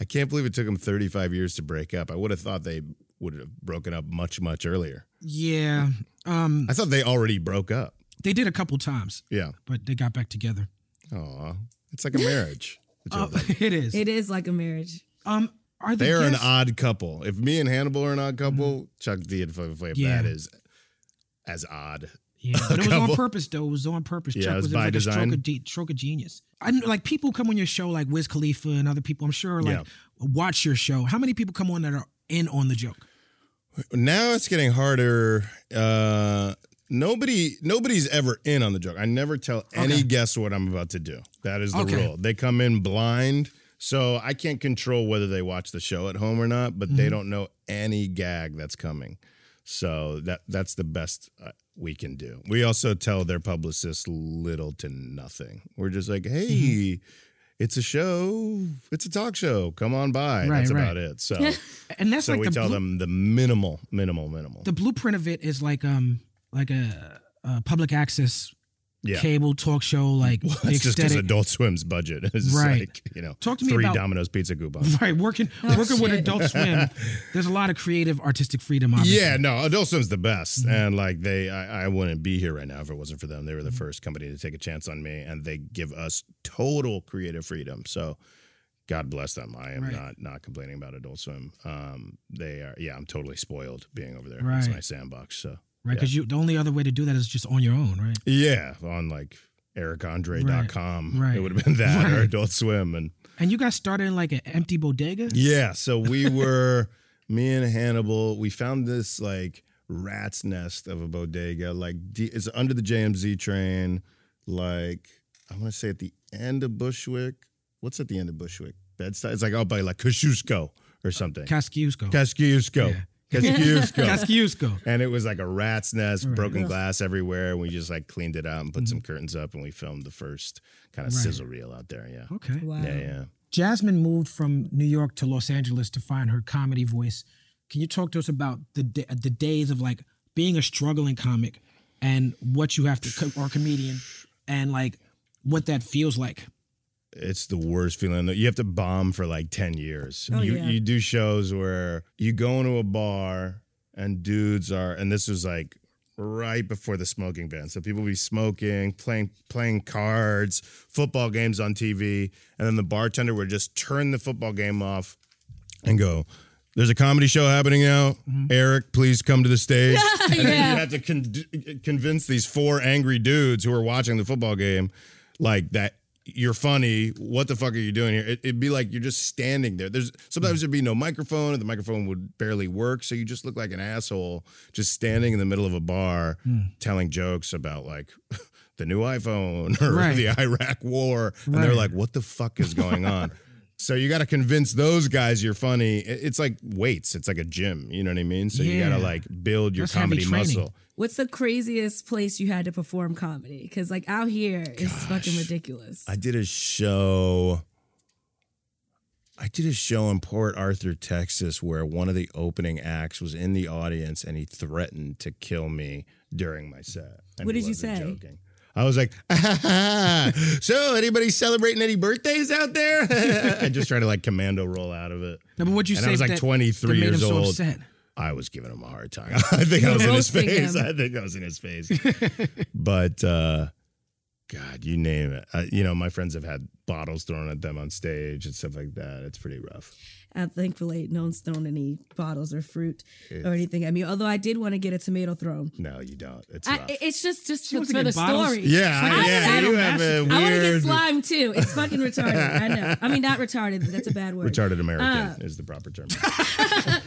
S4: I can't believe it took him 35 years to break up. I would have thought they would have broken up much, much earlier.
S1: Yeah, um,
S4: I thought they already broke up.
S1: they did a couple times,
S4: Yeah.
S1: but they got back together.
S4: Aw. It's like a marriage. The two
S1: Uh,
S4: of *laughs* them.
S1: *laughs* it is.
S3: it is like a marriage
S1: Um, are the
S4: they are an
S1: guests-
S4: odd couple. If me and Hannibal are an odd couple, Chuck D and Flavor Flav,
S1: Mm-hmm. Yeah.
S4: that is as odd. *laughs*
S1: Yeah, but it was on
S4: couple.
S1: purpose though. It was on purpose.
S4: Yeah,
S1: Chuck
S4: it was
S1: was,
S4: by
S1: like a
S4: design.
S1: stroke of, de- stroke of genius. I kn- like people come on your show like Wiz Khalifa and other people. I'm sure like
S4: Yeah.
S1: watch your show. How many people come on that are in on the joke?
S4: now it's getting harder. Uh, nobody, nobody's ever in on the joke. I never tell any guest what I'm about to do. That is the
S1: Okay.
S4: rule. They come in blind, so I
S1: Mm-hmm.
S4: can't control whether they watch the show at home or not. But they don't know any gag that's coming. So that that's the best uh, we can do. We also tell their publicists little to nothing. We're just like,
S1: Mm-hmm.
S4: hey, it's a show, it's a talk show. Come on by.
S1: Right,
S4: that's
S1: right.
S4: about
S1: *laughs*
S4: it. So
S1: and that's
S4: so
S1: like
S4: we
S1: the
S4: tell
S1: blu-
S4: them the minimal, minimal, minimal.
S1: the blueprint of it is like um like a, a public access
S4: yeah.
S1: cable talk show like
S4: Well,
S1: the
S4: *laughs* that's just because
S1: aesthetic.
S4: Adult Swim's budget *laughs* is
S1: Right.
S4: like, you know,
S1: Talk to me
S4: three
S1: about-
S4: Domino's pizza
S1: *laughs*
S4: coupons.
S1: Right, working
S3: Oh,
S1: working with
S3: shit.
S1: Adult
S4: *laughs*
S1: Swim, there's a lot of creative artistic freedom. Obviously.
S4: Yeah, no, Adult Swim's the best,
S1: Mm-hmm.
S4: and like they, I, I wouldn't be here right now if it wasn't for them. They were
S1: Mm-hmm.
S4: the first company to take a chance on me, and they give us total creative freedom. So, God bless them. I am
S1: Right.
S4: not not complaining about Adult Swim. Um, they are, yeah, I'm totally spoiled being over there. It's
S1: Right.
S4: my sandbox. So,
S1: right. Because you the only other way to do that is just on your own, right?
S4: yeah, on like ericandre.com,
S1: Right.
S4: it would have been that or
S1: Right.
S4: Adult Swim, and
S1: And you guys started in like an empty bodega.
S4: Yeah, so we were me and Hannibal. We found this like rat's nest of a bodega. Like d- it's under the JMZ train. Like I want to say at the end of Bushwick. What's at the end of Bushwick? Bedside. It's like out by like Kosciuszko or something.
S1: Kosciuszko.
S4: Kosciuszko.
S1: *laughs*
S4: Kosciuszko.
S1: Kosciuszko.
S4: And it was like a rat's nest,
S1: Right.
S4: broken
S3: Ugh.
S4: glass everywhere. And we just like cleaned it out and put some curtains up and we filmed the first kind of
S1: Right.
S4: sizzle reel out there. Yeah.
S1: Okay.
S3: Wow.
S4: Yeah. Yeah.
S1: Jasmine moved from New York to Los Angeles to find her comedy voice. Can you talk to us about the da- the days of like being a struggling comic and what you have to co- or comedian and like what that feels like?
S4: it's the worst feeling. You have to bomb for like 10 years.
S3: Oh,
S4: you,
S3: yeah.
S4: you do shows where you go into a bar and dudes are, and this was like right before the smoking ban. So people would be smoking, playing, playing cards, football games on TV. And then the bartender would just turn the football game off and go, there's a comedy show happening now. Eric, please come to the stage. And then you
S3: Yeah.
S4: have to con- convince these four angry dudes who are watching the football game, like that you're funny. What the fuck are you doing here? It, it'd be like you're just standing there. There's sometimes there'd be no microphone, and the microphone would barely work, so you just look like an asshole just standing in the middle of a bar telling jokes about like. *laughs* The new iPhone or
S1: Right.
S4: the Iraq War, and they're
S1: Right.
S4: like, "What the fuck is going
S1: *laughs*
S4: on?" so you got to convince those guys you're funny. It- It's like weights. It's like a gym. You know what I mean? So you got to
S1: Yeah.
S4: like build your
S1: That's heavy
S4: comedy
S1: training.
S4: muscle.
S3: What's the craziest place you had to perform comedy? Because like out here, it's fucking ridiculous.
S4: I did a show. I did a show in Port Arthur, Texas, where one of the opening acts was in the audience and he threatened to kill me during my set. And
S3: What
S4: he
S3: did you
S4: wasn't
S3: say?
S4: Joking. I was like, *laughs* so anybody celebrating any birthdays out there? *laughs* I just tried to like commando roll out of it.
S1: No, but what'd you
S4: and
S1: say
S4: I was like
S1: that-
S4: 23
S1: that made
S4: years
S1: him so
S4: old.
S1: upset?
S4: I was giving him a hard time. *laughs* I think I was in his
S3: roasting
S4: face.
S3: him.
S4: I think I was in his face. but uh, God, you name it. I, you know, my friends have had bottles thrown at them on stage and stuff like that. It's pretty rough.
S3: Uh, thankfully, no one's thrown any bottles or fruit
S4: It's-
S3: or anything at me. Although I did want to get a tomato thrown.
S4: No, you don't. It's rough.
S3: I, it's just just for,
S1: wants to
S3: for
S1: get
S3: the
S1: bottles?
S3: story.
S4: yeah,
S3: I
S4: I,
S3: was-
S4: yeah.
S3: I
S4: You
S3: don't
S4: have a
S3: I want to get
S4: weird
S3: slime too. It's fucking retarded. I know. I mean, not retarded. That's a bad word.
S4: retarded American
S3: Uh,
S4: is the proper term.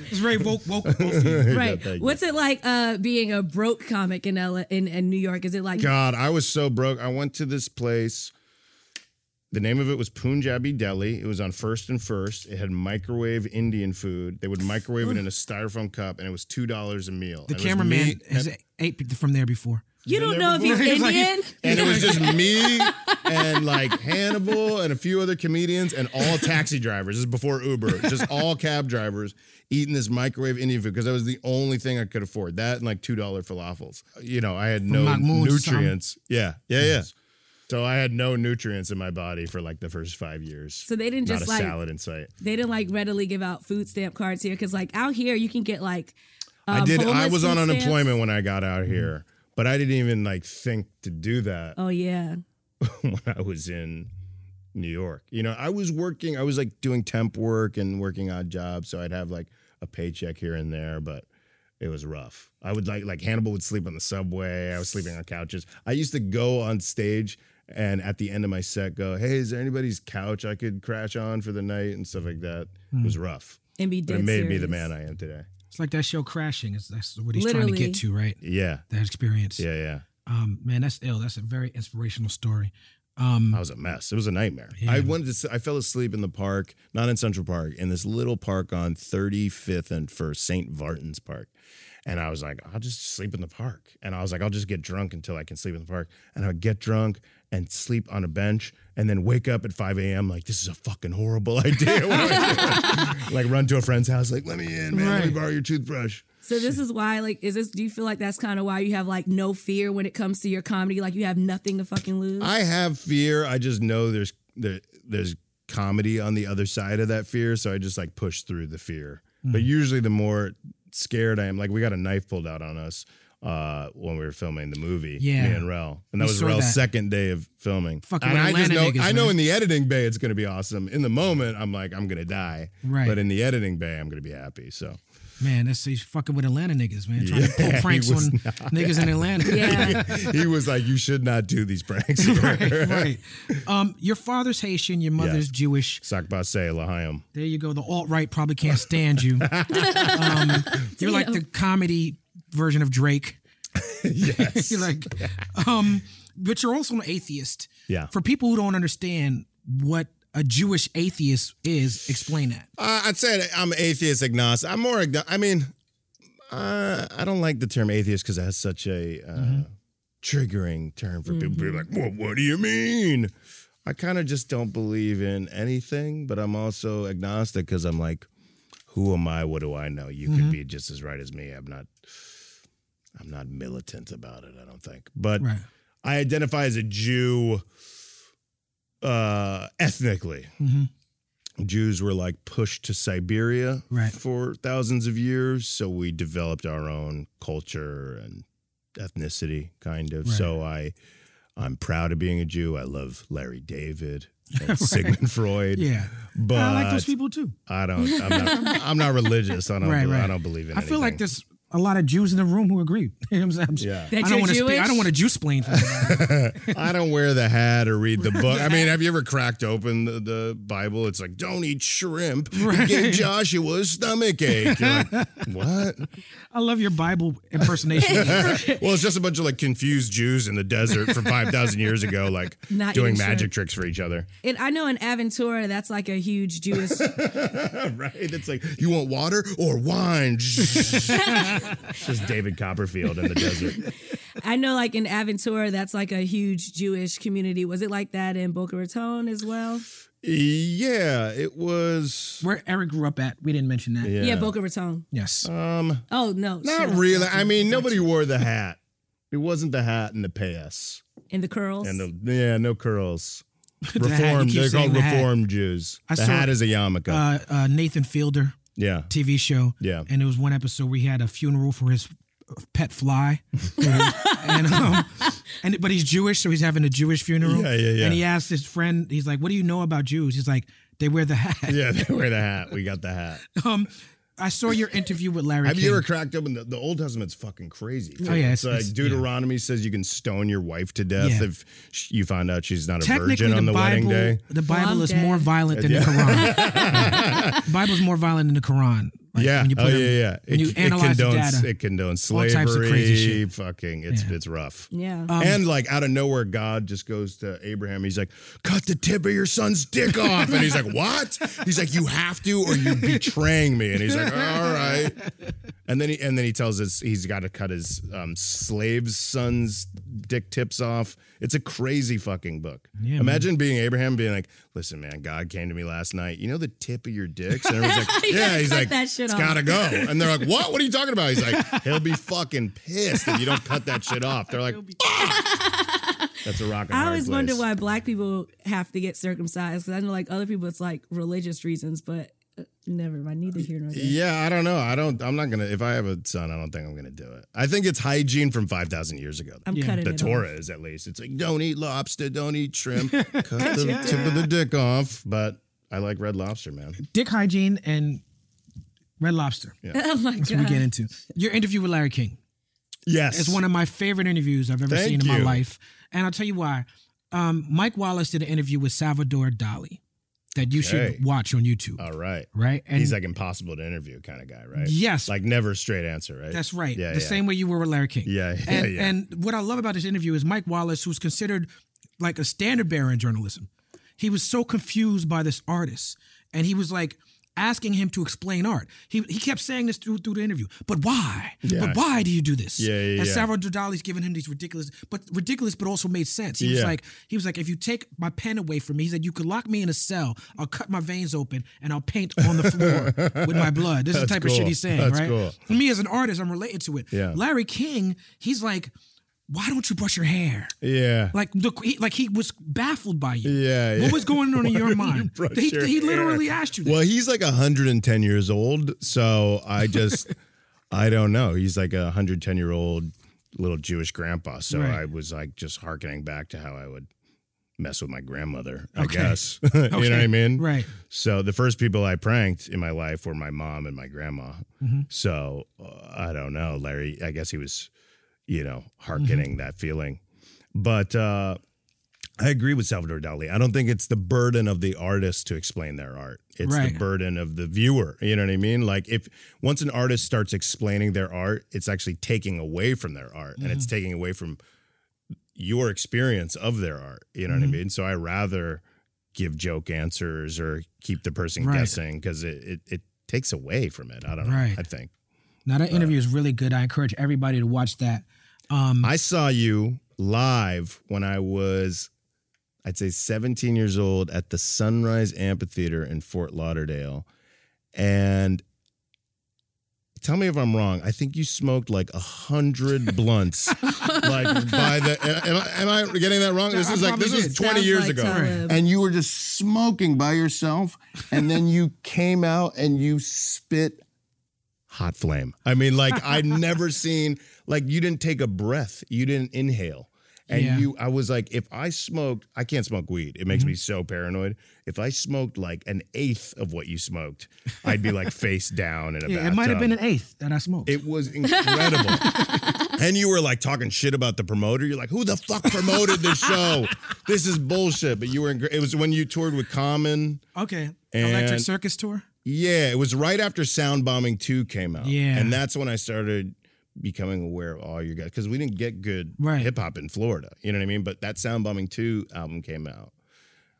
S1: It's very woke, woke.
S4: *laughs*
S1: woke of you.
S3: Right.
S4: Thank you.
S3: What's it like uh, being a broke comic in LA, in, in New York? Is it like
S4: God, I was so broke. I went to this place. The name of it was Punjabi Deli. It was on First and First. It had microwave Indian food. They would microwave it in a styrofoam cup, and it was two dollars a meal.
S1: The
S4: And it was me-
S1: cameraman has ate from there before.
S3: you
S4: been
S3: don't
S4: there
S3: know if he's
S4: *laughs*
S1: before? He's like-
S3: Indian?
S4: and it was just me and like Hannibal and a few other comedians and all taxi drivers. This is before Uber, just all cab drivers eating this microwave Indian food because that was the only thing I could afford. That and like two dollar falafels. You know, I had no
S1: Mahmoud's or something.
S4: nutrients. Yeah, yeah, yeah. So I had no nutrients in my body for like the first five years.
S3: *laughs* so they didn't
S4: Not
S3: just
S4: a
S3: like
S4: salad in sight.
S3: they didn't like readily give out food stamp cards here because like out here you can get like um,
S4: I did. I
S3: homeless
S4: was on
S3: food stamps.
S4: unemployment when I got out here, but I didn't even like think to do that.
S3: Oh yeah.
S4: *laughs* when I was in New York. You know, I was working, I was like doing temp work and working odd jobs, so I'd have like a paycheck here and there, but it was rough. I would like like Hannibal would sleep on the subway. I was sleeping on couches. I used to go on stage and at the end of my set go, "Hey, is there anybody's couch I could crash on for the night?" and stuff like that. It was rough.
S3: And be
S4: But
S3: dead
S4: it made me the
S3: serious.
S4: man I am today.
S1: It's like that show Crashing. It's, that's what he's trying to
S3: Literally.
S1: get to, right?
S4: Yeah.
S1: That experience.
S4: Yeah, yeah.
S1: Um, man, that's ill. That's a very inspirational story. Um,
S4: I was a mess. It was a nightmare. I wanted to. s- I fell asleep in the park, not in Central Park, in this little park on 35th and First, St. Vartin's Park, And I was like, I'll just sleep in the park. And I was like, I'll just get drunk until I can sleep in the park. And I would get drunk and sleep on a bench and then wake up at 5 a.m. like, this is a fucking horrible *laughs* idea. What am I doing? like, run to a friend's house, like, let me in, man. Let me
S1: Right.
S4: borrow your toothbrush.
S3: So this is why, like, is this? Do you feel like that's kind of why you have like no fear when it comes to your comedy? Like you have nothing to fucking lose.
S4: I have fear. I just know there's there, there's comedy on the other side of that fear, so I just like push through the fear.
S1: Hmm.
S4: But usually, the more scared I am, like we got a knife pulled out on us uh, when we were filming the movie,
S1: Yeah.
S4: me and Rel, and that
S1: We
S4: was
S1: saw
S4: Rel's
S1: that.
S4: second day of filming.
S1: Fucking
S4: and
S1: with
S4: I just know,
S1: Atlanta niggas,
S4: I know
S1: man.
S4: in the editing bay it's going to be awesome. In the moment, I'm like, I'm going to die,
S1: Right.
S4: But in the editing bay, I'm going to be happy. So *laughs*
S1: Man, that's he's fucking with Atlanta niggas, man. Trying to
S4: Yeah,
S1: pull
S4: *laughs* he
S1: pranks
S4: was
S1: on
S4: not-
S1: niggas in Atlanta.
S3: yeah.
S4: he was like, you should not do these pranks.
S1: *laughs* right, right. Um, your father's Haitian, your mother's
S4: Yes.
S1: Jewish.
S4: Sakbase Lahayim.
S1: There you go. The alt right probably can't stand
S4: *laughs*
S1: you. um, you're like the comedy version of Drake.
S4: *laughs*
S1: *laughs*
S4: Yes.
S1: You're like, um, but you're also an atheist.
S4: Yeah.
S1: For people who don't understand what a Jewish atheist is, explain that.
S4: Uh, I'd say that I'm atheist agnostic. I'm more. agno- I mean, uh, I don't like the term atheist because it has such a uh, triggering term for people. People are like, "What? What do you mean?" I kind of just don't believe in anything, but I'm also agnostic because I'm like, "Who am I? What do I know? You could be just as right as me. I'm not. I'm not militant about it. I don't think, but
S1: Right.
S4: I identify as a Jew uh, ethnically."
S1: Mm-hmm.
S4: Jews were like pushed to Siberia
S1: Right.
S4: for thousands of years. So we developed our own culture and ethnicity, kind of. So I, I'm proud of being a Jew. I love
S1: *laughs*
S4: Larry David and Sigmund Freud.
S1: Yeah.
S4: but
S1: I like those people too.
S4: I don't. I'm not, I'm not
S1: *laughs*
S4: religious. I don't.
S1: Right,
S4: be- I
S1: right.
S4: don't believe in.
S1: I feel like
S4: anything.
S1: there's a lot of Jews in the room who agree. *laughs* You know what I'm saying? I'm just-
S4: Yeah.
S3: That
S1: I
S3: you're
S1: don't want to. Speak,
S3: Jewish?
S1: I don't want to Jew splain for
S3: *laughs*
S1: somebody.
S4: I don't wear the hat or
S1: *laughs*
S4: read the book. I mean, have you ever cracked open the, the Bible? It's like, don't eat shrimp. You give Joshua a stomach ache. You're like,
S1: *laughs*
S4: what?
S1: I love your Bible impersonation.
S3: *laughs*
S1: *laughs*
S4: Well, it's just a bunch of like confused Jews in the desert from 5,000 years ago, like
S3: Not
S4: doing
S3: even sure.
S4: magic tricks for each other.
S3: And I know in Aventura, that's like a huge Jewish.
S4: *laughs* Right? It's like, you want water or wine? *laughs* it's just David Copperfield in the desert.
S3: I know, like in Aventura, that's like a huge Jewish community. Was it like that in Boca Raton as well?
S4: Yeah, it was.
S1: Where Eric grew up at, we didn't mention that.
S3: Yeah, Boca Raton.
S1: Yes.
S4: Um,
S3: Oh no, shut
S4: not
S3: up.
S4: really. I mean, nobody wore the hat. It wasn't the hat and the payas.
S3: And the curls.
S4: And the, yeah, no curls.
S1: *laughs* *laughs* The hat, you
S4: Reformed.
S1: keep
S4: They're
S1: saying
S4: called
S1: the hat.
S4: reformed Jews.
S1: I
S4: the
S1: saw-
S4: hat is a yarmulke.
S1: Uh, uh, Nathan Fielder
S4: yeah.
S1: TV show.
S4: Yeah.
S1: And it was one episode where he had a funeral for his pet
S4: *laughs*
S1: fly, and um, and but he's Jewish, so he's having a Jewish funeral.
S4: Yeah, yeah, yeah.
S1: And he asked his friend, he's like, "What do you know about Jews?" He's like, "They wear the hat."
S4: *laughs* Yeah, they wear the hat. We got the hat.
S1: Um, I saw your interview with Larry.
S4: Have
S1: King.
S4: you ever cracked open the, the Old Testament's fucking crazy? too.
S1: Oh, yeah, it's-
S4: it's, like
S1: it's-
S4: Deuteronomy says you can stone your wife to death
S1: Yeah.
S4: if sh- you find out she's not a
S1: Technically,
S4: virgin on
S1: the,
S4: the, wedding
S1: Bible,
S4: day.
S1: the Bible
S3: I'm
S1: is more
S3: dead.
S1: violent than
S4: Yeah.
S1: the Quran.
S4: *laughs*
S1: Bible's more violent than the Quran. Like,
S4: yeah.
S1: when you put
S4: oh
S1: it-
S4: yeah, yeah.
S1: when you analyze the
S4: condones,
S1: data.
S4: it condones
S1: All
S4: slavery.
S1: types of crazy shit.
S4: Fucking, it's it's rough.
S3: yeah.
S4: and like out of nowhere, God just goes to Abraham. He's like, "Cut the tip of your son's dick off," and he's like, "What?" He's like, "You have to, or you're betraying me." And he's like, "All right." And then he and then he tells us he's got to cut his um, slave's son's dick tips off. It's a crazy fucking book.
S1: Yeah,
S4: Imagine being Abraham, being like, "Listen, man, God came to me last night. You know the tip of your dicks?" And
S3: *laughs*
S4: everyone's like, "Yeah." He's
S3: cut
S4: like,
S3: that shit
S4: "It's
S3: off."
S4: got to go." And they're like, "What? What are you talking about?" He's like, "He'll be fucking pissed if you don't cut that shit off." They're like, "Fuck." "That's a rock." And
S3: I
S4: hard
S3: always
S4: place.
S3: wonder why black people have to get circumcised because I know like other people it's like religious reasons, but uh, never mind. Neither here nor there.
S4: Yeah, I don't know. I don't. I'm not gonna. If I have a son, I don't think I'm gonna do it. I think it's hygiene from five thousand years ago.
S3: I'm
S1: Yeah.
S3: cutting
S4: the
S3: it
S4: Torah is at least. It's like don't eat lobster, don't
S1: *laughs*
S4: eat shrimp, cut the tip of the dick off. But I like red lobster, man.
S1: dick hygiene and Red Lobster.
S3: off. *laughs* Oh my god.
S1: We get into your interview with Larry King.
S4: Yes,
S1: It's one of my favorite interviews I've ever
S4: Thank
S1: seen in my
S4: you.
S1: life, and I'll tell you why. Um, Mike Wallace did an interview with Salvador Dali that you
S4: Okay.
S1: should watch on YouTube.
S4: All right,
S1: right? And
S4: he's like impossible to interview kind of guy, right?
S1: Yes.
S4: like never a straight answer, right?
S1: That's right.
S4: Yeah,
S1: the
S4: yeah.
S1: same way you were with Larry King.
S4: Yeah, *laughs* yeah,
S1: and,
S4: yeah.
S1: and what I love about this interview is Mike Wallace, who's considered like a standard bearer in journalism. He was so confused by this artist, and he was like asking him to explain art. He, he kept saying this through, through the interview. But why?
S4: Yeah.
S1: But why do you do this?
S4: Yeah, yeah,
S1: And
S4: yeah.
S1: Salvador Dali's giving him these ridiculous, but ridiculous, but also made sense. He was
S4: Yeah.
S1: like, he was like, if you take my pen away from me, he said, you could lock me in a cell. I'll cut my veins open and I'll paint on the
S4: *laughs*
S1: floor with my blood. This is the
S4: That's
S1: type of shit
S4: cool.
S1: he's saying,
S4: That's
S1: right?
S4: cool.
S1: For me as an artist, I'm related to it.
S4: Yeah.
S1: Larry King, he's like, why don't you brush your hair?
S4: Yeah.
S1: Like the he, like he was baffled by you.
S4: Yeah,
S1: What
S4: yeah.
S1: was going on in
S4: *laughs*
S1: your mind?
S4: brush
S1: He,
S4: your
S1: he
S4: hair?
S1: literally asked you. That.
S4: Well, he's like 110 years old, so
S1: *laughs*
S4: I just I don't know. He's like a 110 year old little Jewish grandpa, so
S1: Right.
S4: I was like just harkening back to how I would mess with my grandmother. I
S1: Okay.
S4: guess *laughs* you know what I mean,
S1: Right.
S4: So the first people I pranked in my life were my mom and my grandma. So uh, I don't know, Larry. I guess he was, you know, harkening that feeling. But uh, I agree with Salvador Dali. I don't think it's the burden of the artist to explain their art. It's
S1: Right.
S4: the burden of the viewer. You know what I mean? Like if once an artist starts explaining their art, it's actually taking away from their art and it's taking away from your experience of their art. You know what I mean? So I rather give joke answers or keep the person
S1: Right.
S4: guessing because it, it it takes away from it. I don't
S1: Right.
S4: know. I think.
S1: Now
S4: Uh,
S1: that interview is really good. I encourage everybody to watch that. Um,
S4: I saw you live when I was, I'd say, 17 years old at the Sunrise Amphitheater in Fort Lauderdale. And tell me if I'm wrong. I think you smoked like
S1: *laughs*
S4: a hundred blunts. like by the, am I, am I getting that wrong?
S1: No,
S4: this
S1: I
S4: is like, this
S1: probably
S4: is
S1: did.
S4: 20
S3: Sounds
S4: years
S3: like
S4: ago.
S3: Talib.
S4: And you were just smoking by yourself. And then you came out and you spit hot flame. I mean, like
S1: *laughs*
S4: I'd never seen like you didn't take a breath, you didn't inhale. And
S1: Yeah.
S4: you I was like, if I smoked, I can't smoke weed. It makes me
S1: Mm-hmm.
S4: so paranoid. If I smoked like an eighth of what you smoked, I'd be like face down in a
S1: *laughs* yeah,
S4: bathtub.
S1: it might have been an eighth that I smoked.
S4: It
S1: *laughs*
S4: was incredible. and you were like talking shit about the promoter. You're like, who the fuck promoted this show? This is bullshit. But you were, in, it was when you toured with Common.
S1: okay.
S4: And-
S1: Electric Circus Tour.
S4: Yeah, it was right after Sound Bombing 2 came out.
S1: Yeah.
S4: And that's when I started becoming aware of all your guys because we didn't get good
S1: Right.
S4: hip hop in Florida. You know what I mean? But that Sound Bombing 2 album came out.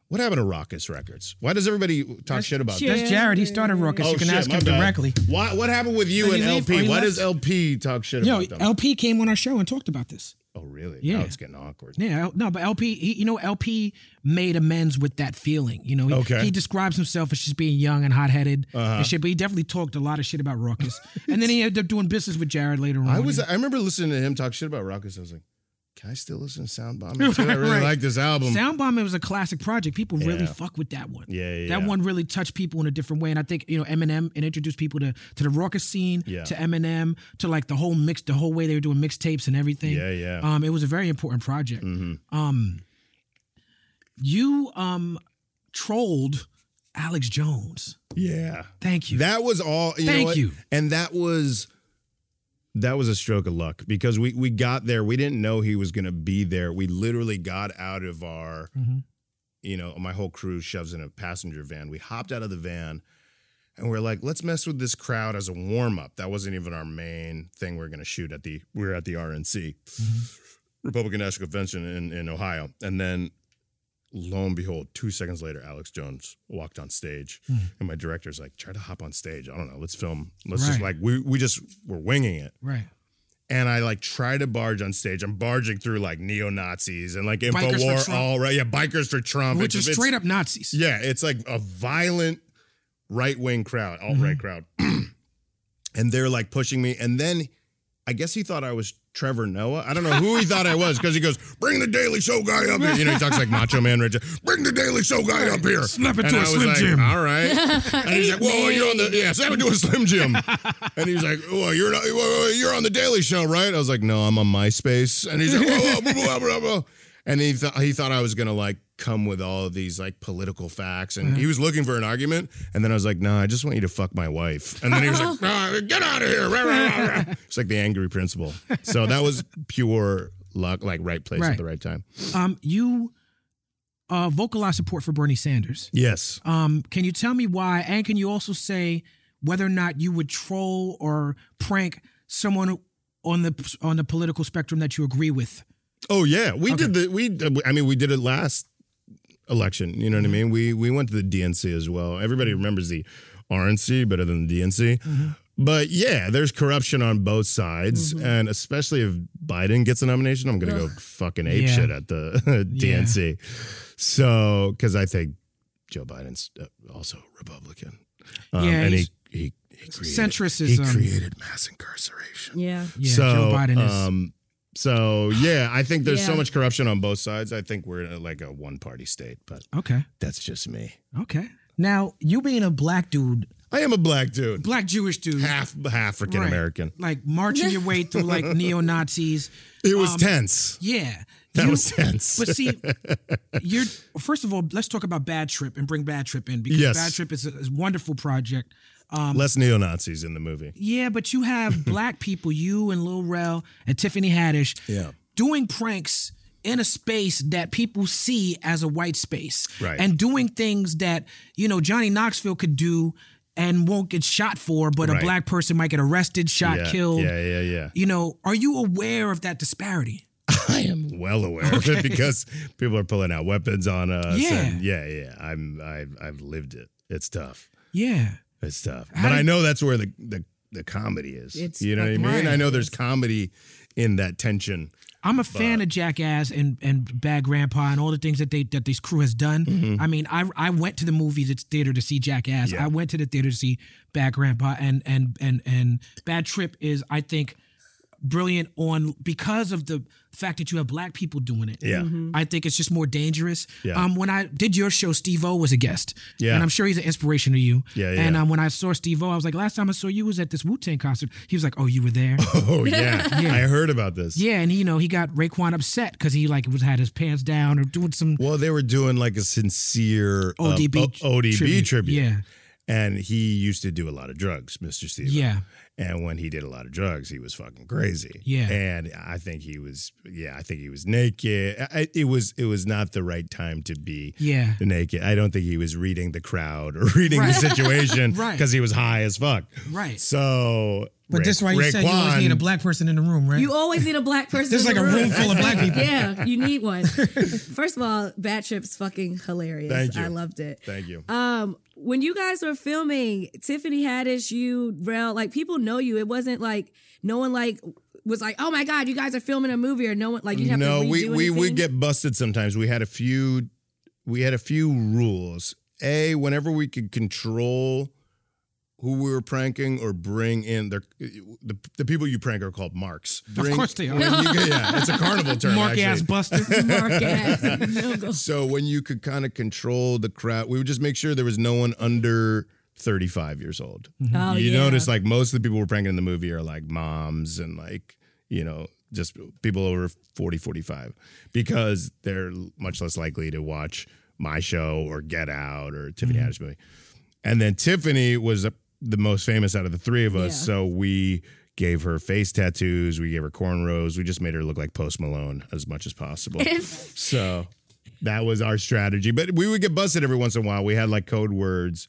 S4: What happened to Raucous Records? Why does everybody talk shit about that?
S1: That's Jared. He started Ruckus. you can
S4: Oh, shit,
S1: ask
S4: my
S1: him
S4: bad.
S1: directly.
S4: Why, what happened with you
S1: Did
S4: and
S1: he leave? Oh,
S4: LP?
S1: he
S4: Why
S1: left?
S4: does LP talk shit
S1: Yo,
S4: about them?
S1: LP came on our show and talked about this.
S4: oh, really?
S1: Yeah.
S4: Now it's getting awkward.
S1: Yeah, L- no, but LP, he, you know, LP made amends with that feeling. You know, he,
S4: Okay. Uh-huh.
S1: he describes himself as just being young and hot headed and shit, but he definitely talked a lot of shit about Ruckus. *laughs* and then he ended up doing business with Jared later on.
S4: I was I remember listening to him talk shit about Raucous. I was like, can I still listen to Sound
S1: *laughs*
S4: Bombing 2? I really
S1: Right.
S4: like this album.
S1: Soundbomb it was a classic project. People really
S4: Yeah.
S1: fuck with that one.
S4: Yeah, yeah,
S1: That
S4: yeah.
S1: one really touched people in a different way. And I think, you know, Eminem and introduced people to to the raucous scene,
S4: Yeah.
S1: to Eminem, to like the whole mix, the whole way they were doing mixtapes and everything.
S4: Yeah, yeah. Mm-hmm.
S1: Um, it was a very important project. Um you um trolled Alex Jones.
S4: yeah.
S1: Thank you.
S4: That was all. You
S1: Thank
S4: know what?
S1: you.
S4: And that was that was a stroke of luck because we we got there. We didn't know he was going to be there. We literally got out of our,
S1: Mm-hmm.
S4: you know, my whole crew shoves in a passenger van. We hopped out of the van. And we're like, let's mess with this crowd as a warm up. That wasn't even our main thing. We are going to shoot at the we were at the RNC,
S1: Mm-hmm.
S4: Republican National Convention in, in Ohio. And then lo and behold, two seconds later, Alex Jones walked on stage,
S1: Hmm.
S4: and my director's like, "Try to hop on stage. I don't know. Let's film. Let's just
S1: Right.
S4: like we we just were winging it."
S1: right.
S4: And I like try to barge on stage. I'm barging through like neo Nazis and like
S1: for
S4: Infowar.
S1: Trump.
S4: All right, yeah, bikers for Trump.
S1: Which
S4: It's-
S1: is
S4: it's-
S1: straight up Nazis.
S4: yeah, it's like a violent right wing crowd, alt right crowd. *clears throat* and they're like pushing me. And then I guess he thought I was Trevor Noah. I don't know who he thought I was because he goes, Bring the Daily Show guy up here. You know, he talks like Macho Man Richard. Bring the Daily Show guy up here.
S1: Slap it
S4: and
S1: to a
S4: I was
S1: Slim
S4: like,
S1: Jim.
S4: All right. And he's like, Whoa, you're on the, yeah, slap it to a Slim Jim. and he's like, Whoa, you're, not, whoa, whoa, you're on the Daily Show, right? I was like, No, I'm on MySpace. And he's like, Whoa, whoa, blah, blah, blah, blah. And he thought he thought I was gonna like come with all of these like political facts, and he was looking for an argument. And then I was like, "No, I just want you to fuck my wife." And then he was like, "Nah, "Get out of here!" Rah, rah, rah, rah. It's like the angry principal. So that was pure luck, like right place
S1: Right.
S4: at the right time.
S1: Um you uh vocalized support for Bernie Sanders.
S4: Yes.
S1: Um, can you tell me why? And can you also say whether or not you would troll or prank someone on the on the political spectrum that you agree with?
S4: Oh yeah, we did the we. I mean, we did it
S1: Mm-hmm.
S4: last election. You know what I mean? We we went to the DNC as well. Everybody remembers the RNC better than the DNC.
S1: Mm-hmm.
S4: But yeah, there's corruption on both sides, and especially if Biden gets a nomination, I'm gonna go fucking ape
S1: Yeah.
S4: shit at the *laughs* DNC. So, because I think Joe Biden's uh, also a Republican, um,
S1: Yeah,
S4: and he
S1: he's-
S4: he, he created,
S1: Centrist
S4: he
S1: is, um,
S4: created mass incarceration.
S3: Yeah.
S1: Yeah,
S4: so,
S1: Joe Biden is.
S4: Um, so yeah, I think there's so
S3: Yeah.
S4: much corruption on both sides. I think we're in a, like a one party state, but
S1: okay.
S4: that's just me.
S1: Okay. Now, you being a black dude,
S4: I am a black dude,
S1: black Jewish dude,
S4: half African
S1: Right.
S4: American.
S1: like marching your way through
S4: *laughs*
S1: like neo Nazis.
S4: It was tense.
S1: Yeah.
S4: That
S1: Um, You-
S4: was tense.
S1: But
S4: *laughs*
S1: see, you're first of all, let's talk about Bad Trip and bring Bad Trip in because
S4: Yes.
S1: Bad Trip is a, is a wonderful project. um,
S4: Less neo Nazis in the movie.
S1: Yeah, but you
S4: *laughs*
S1: have black people, you and Lil Rel and Tiffany Haddish,
S4: Yeah.
S1: doing pranks in a space that people see as a white space,
S4: Right.
S1: and doing things that you know Johnny Knoxville could do and won't get shot for, but
S4: Right.
S1: a black person might get arrested, shot,
S4: yeah,
S1: killed.
S4: Yeah,
S1: *laughs*
S4: yeah, yeah.
S1: You know, are you aware of that disparity?
S4: I am well aware of it because people are pulling out weapons on us.
S1: Yeah.
S4: and yeah, yeah. I'm, I've, I've lived it. It's tough.
S1: Yeah.
S4: It's tough.
S1: How
S4: but
S1: do-
S4: I know that's where the the, the comedy is.
S3: It's
S4: you know what I
S3: fucking-
S4: mean? I
S1: Right.
S4: know there's comedy in that tension. *laughs*
S1: I'm a fan of Jackass and and Bad Grandpa and all the things that they that this crew has done. I mean, I I went to the movie the theater to see Jackass.
S4: Mm-hmm. Yeah.
S1: I went to the theater to see Bad Grandpa and and and and Bad Trip is I think brilliant on because of the fact that you have black people doing it.
S4: Yeah.
S1: I think it's just more dangerous.
S4: Yeah.
S1: Um, when I did your show, Steve O was a guest.
S4: Yeah.
S1: And I'm sure he's an inspiration to you.
S4: Yeah,
S1: And
S4: yeah.
S1: um, when I saw Steve O, I was like, last time I saw you was at this Wu Tang concert. He was like, oh, you were
S4: *laughs*
S1: there.
S4: Oh *laughs* yeah. I heard about this.
S1: Yeah, and you know he got Raekwon upset because he like was had his pants down or doing some
S4: Well, they were doing like a sincere uh,
S1: ODB
S4: O- ODB tribute.
S1: tribute. Yeah.
S4: And he used to do a lot of drugs, Mr. Steve.
S1: yeah,
S4: And when he did a lot of drugs, he was fucking crazy.
S1: Yeah.
S4: And I think he was, yeah, I think he was naked. I, I- it was, it was not the right time to be
S1: Yeah.
S4: naked. I don't think he was reading the crowd or *laughs* reading the
S1: *laughs*
S4: situation
S1: Right.
S4: because he was high as fuck.
S1: Right.
S4: So,
S1: but
S4: Ra-
S1: this why you said you always
S4: Raekwon-
S1: need a black person in the room, right?
S3: You always need a black person.
S1: There's
S3: in the
S1: like a room full of *laughs*
S3: That's
S1: black
S3: like- Yeah, you need
S4: *laughs*
S3: one. First of all, Bad Trip's fucking hilarious.
S4: Thank you.
S3: I loved it.
S4: Thank you.
S3: Um, when you guys were filming, Tiffany Haddish, you, Rel, like people know you. It wasn't like no one like was like, oh my god, you guys are filming a movie, or no one like you have
S4: no,
S3: to redo
S4: we we would
S3: anything?
S4: get busted sometimes. We had a few, we had a few rules. A, whenever we could control who we were pranking or bring in the the, the people you prank are called marks. Bring-
S1: course they are.
S4: when you- yeah, it's
S1: *laughs*
S4: a carnival term.
S1: Mark ass
S4: actually.
S1: buster.
S3: *laughs*
S4: *laughs*
S3: Mark ass. No go.
S4: So when you could kind of control the crowd, we would just make sure there was no one under 35 years old.
S3: Oh,
S4: you
S3: yeah.
S4: notice like most of the people we're pranking in the movie are like moms and like, you know, just people over 40, 45 because they're much less likely to watch my show or Get Out or Tiffany
S3: Mm-hmm.
S4: Haddish movie. And then Tiffany was uh, the most famous out of the three of us.
S3: Yeah.
S4: So we gave her face tattoos, we gave her cornrows, we just made her look like Post Malone as much as
S3: *laughs*
S4: possible. so that was our strategy. But we would get busted every once in a while. We had like code words.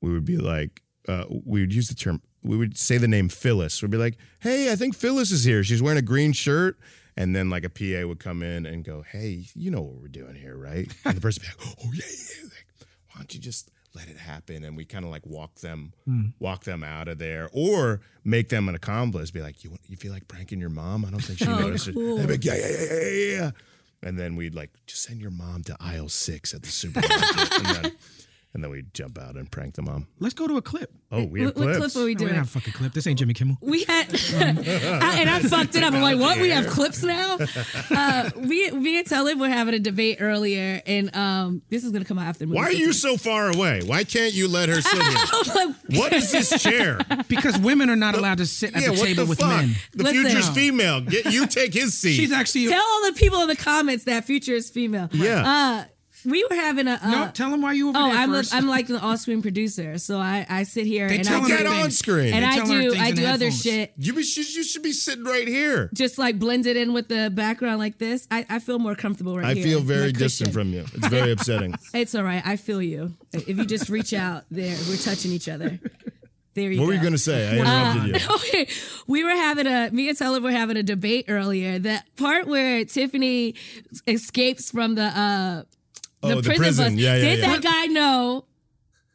S4: We would be like, uh, we would use the term, we would say the name Phyllis. We'd be like, hey, I think Phyllis is here. She's wearing a green shirt. And then like a PA would come in and go, hey, you know what we're doing here, right? And the person would be like, oh, yeah, yeah. yeah." Like, why don't you just let it happen? And we kind of like walk them, walk them out of there or make them an accomplice. Be like, you, want- you feel like pranking your mom? I don't think she noticed. it."
S3: cool.
S4: They'd be like, yeah, yeah, yeah, yeah, yeah, yeah. And then we'd like just send your mom to aisle six at the supermarket, and, then, and then we'd jump out and prank the mom.
S1: Let's go to a clip.
S4: Oh, we have
S3: What, what
S4: clips.
S3: clip
S1: No,
S3: are we
S1: we don't
S3: doing?
S1: have a fucking clip. This ain't Jimmy Kimmel.
S3: we had, *laughs* I- and I fucked it up. I'm like, what? We have clips
S4: *laughs*
S3: now. Uh, we me and Talib were having a debate earlier, and um, this is gonna come out after. the movie
S4: Why
S3: *laughs*
S4: are you so far away? Why can't you let her sit here?
S3: sometime.
S4: What is this chair?
S1: Because women are not allowed to sit at
S4: yeah,
S1: the
S4: what
S1: table
S4: the
S1: with
S4: fuck?
S1: men.
S4: The
S3: Listen.
S4: future's female. Get you take his seat.
S1: She's actually
S3: Tell all the people in the comments that future is female.
S4: Yeah.
S3: Uh, we were having a. Uh,
S1: no. Tell them why you over
S3: Oh,
S1: there
S3: I'm, a,
S1: first.
S3: I'm like the off-screen producer, so I, I sit here and
S1: telling
S3: I
S1: her
S4: Get
S3: do,
S1: things.
S4: on screen.
S3: and I
S1: telling her
S3: do
S1: things
S3: I
S1: in
S3: do other
S1: headphones.
S3: shit,
S4: you, be- you you should be sitting right here.
S3: just like blended in with the background like this. I, I feel more comfortable right
S4: I
S3: here.
S4: feel
S3: like
S4: very
S3: Christian.
S4: distant from you. It's very
S3: *laughs*
S4: upsetting.
S3: It's all right. I feel you. If you just reach out, there we're touching each other. There you go. Uh,
S4: What were you gonna say? I interrupted you.
S3: *laughs* okay. We were having a me and Taylor were having a debate earlier. That part where Tiffany escapes from the uh
S4: Oh, the
S3: bus.
S4: prison. Yeah, yeah,
S3: Did
S4: yeah.
S3: that guy know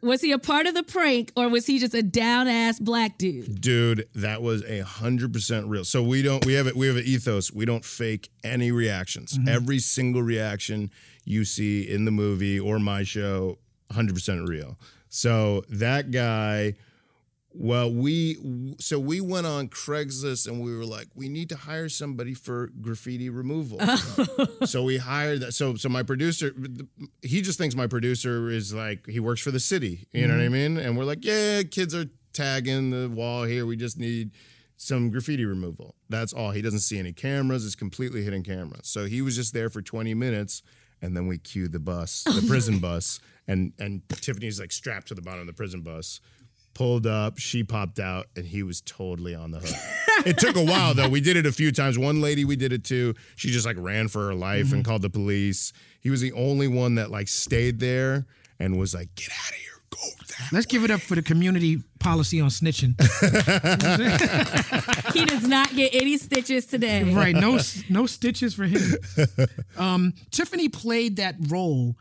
S3: Was he a part of the prank or was he just a down ass black dude?
S4: Dude, that was a hundred percent real. So we don't we have it we have an ethos. We don't fake any reactions. Every single reaction you see in the movie or my show, hundred percent real. So that guy, well, we so we went on Craigslist and we were like, we need to hire somebody for graffiti removal. so we hired that. So so my producer, he just thinks my producer is like he works for the city. You know what I mean? And we're like, yeah, kids are tagging the wall here. We just need some graffiti removal. That's all. He doesn't see any cameras. It's completely hidden cameras. So he was just there for 20 minutes, and then we queued the bus, the prison bus, and and Tiffany's like strapped to the bottom of the prison bus. Pulled up, she popped out, and he was totally on the hook. *laughs* it took a while though. We did it a few times. One lady we did it to, she just like ran for her life and called the police. He was the only one that like stayed there and was like, "Get out of here, go that
S1: Let's give it up for the community policy on snitching.
S3: He does not get any stitches today.
S1: right.
S4: *laughs*
S1: No, s- no stitches for him. Um, Tiffany played that role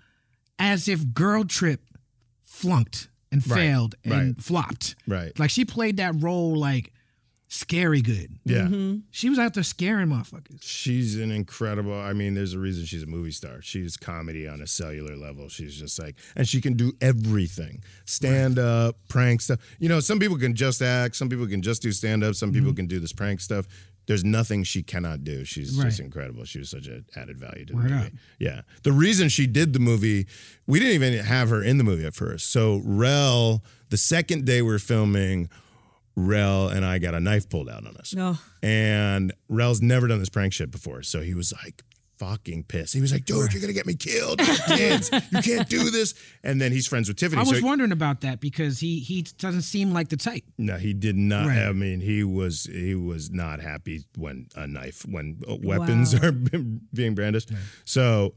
S1: as if Girl Trip flunked and
S4: Right,
S1: failed and
S4: right.
S1: flopped.
S4: Right.
S1: Like she played that role like scary good.
S4: Yeah.
S1: She was out there scaring motherfuckers.
S4: She's an incredible. I mean, there's a reason she's a movie star. She's comedy on a cellular level. She's just like, and she can do everything stand up, prank stuff. You know, some people can just act, some people can just do stand up, some
S1: Mm-hmm.
S4: people can do this prank stuff. There's nothing she cannot do. She's
S1: Right.
S4: just incredible. She was such an added value to the
S1: Word
S4: movie.
S1: up.
S4: Yeah. The reason she did the movie, we didn't even have her in the movie at first. So, Rel, the second day we are filming, Rel and I got a knife pulled out on us.
S3: No.
S4: And Rel's never done this prank shit before. So he was like fucking pissed. He was like, dude, you're gonna get me killed. My Kids, you can't do this. And then he's friends with Tiffany.
S1: I was
S4: so
S1: wondering about that because he he doesn't seem like the
S4: *laughs*
S1: type.
S4: no, he did not.
S1: Right.
S4: I mean, he was he was not happy when a knife, when uh, weapons *laughs*
S3: Wow.
S4: are being brandished. So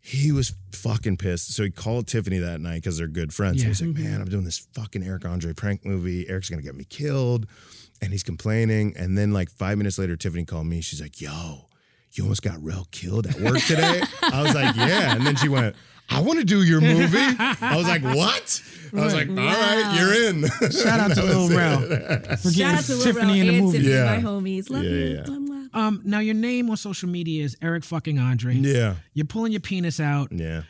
S4: he was fucking pissed. So he called Tiffany that night because they're good friends.
S1: Yeah.
S4: And he's like, "Man, I'm doing this fucking Eric Andre prank movie. Eric's gonna get me killed," and he's complaining. And then like five minutes later, Tiffany called me. She's like, "Yo, you almost got Rel killed at work today." I was like, "Yeah," and then she went. I want to do your movie. I was like, what? I was like, all right, you're in.
S1: Shout
S4: *laughs*
S1: out to Lil Rel for
S3: Shout
S1: getting
S3: out to Lil Rel
S1: Tiffany in the
S3: and
S1: movie.
S3: Tiffany,
S4: Yeah.
S3: my homies. Love
S4: Yeah,
S3: you.
S4: yeah.
S3: Blah, blah.
S1: Um, now your name on social media is Eric fucking Andre.
S4: Yeah.
S1: You're pulling your penis out.
S4: Yeah.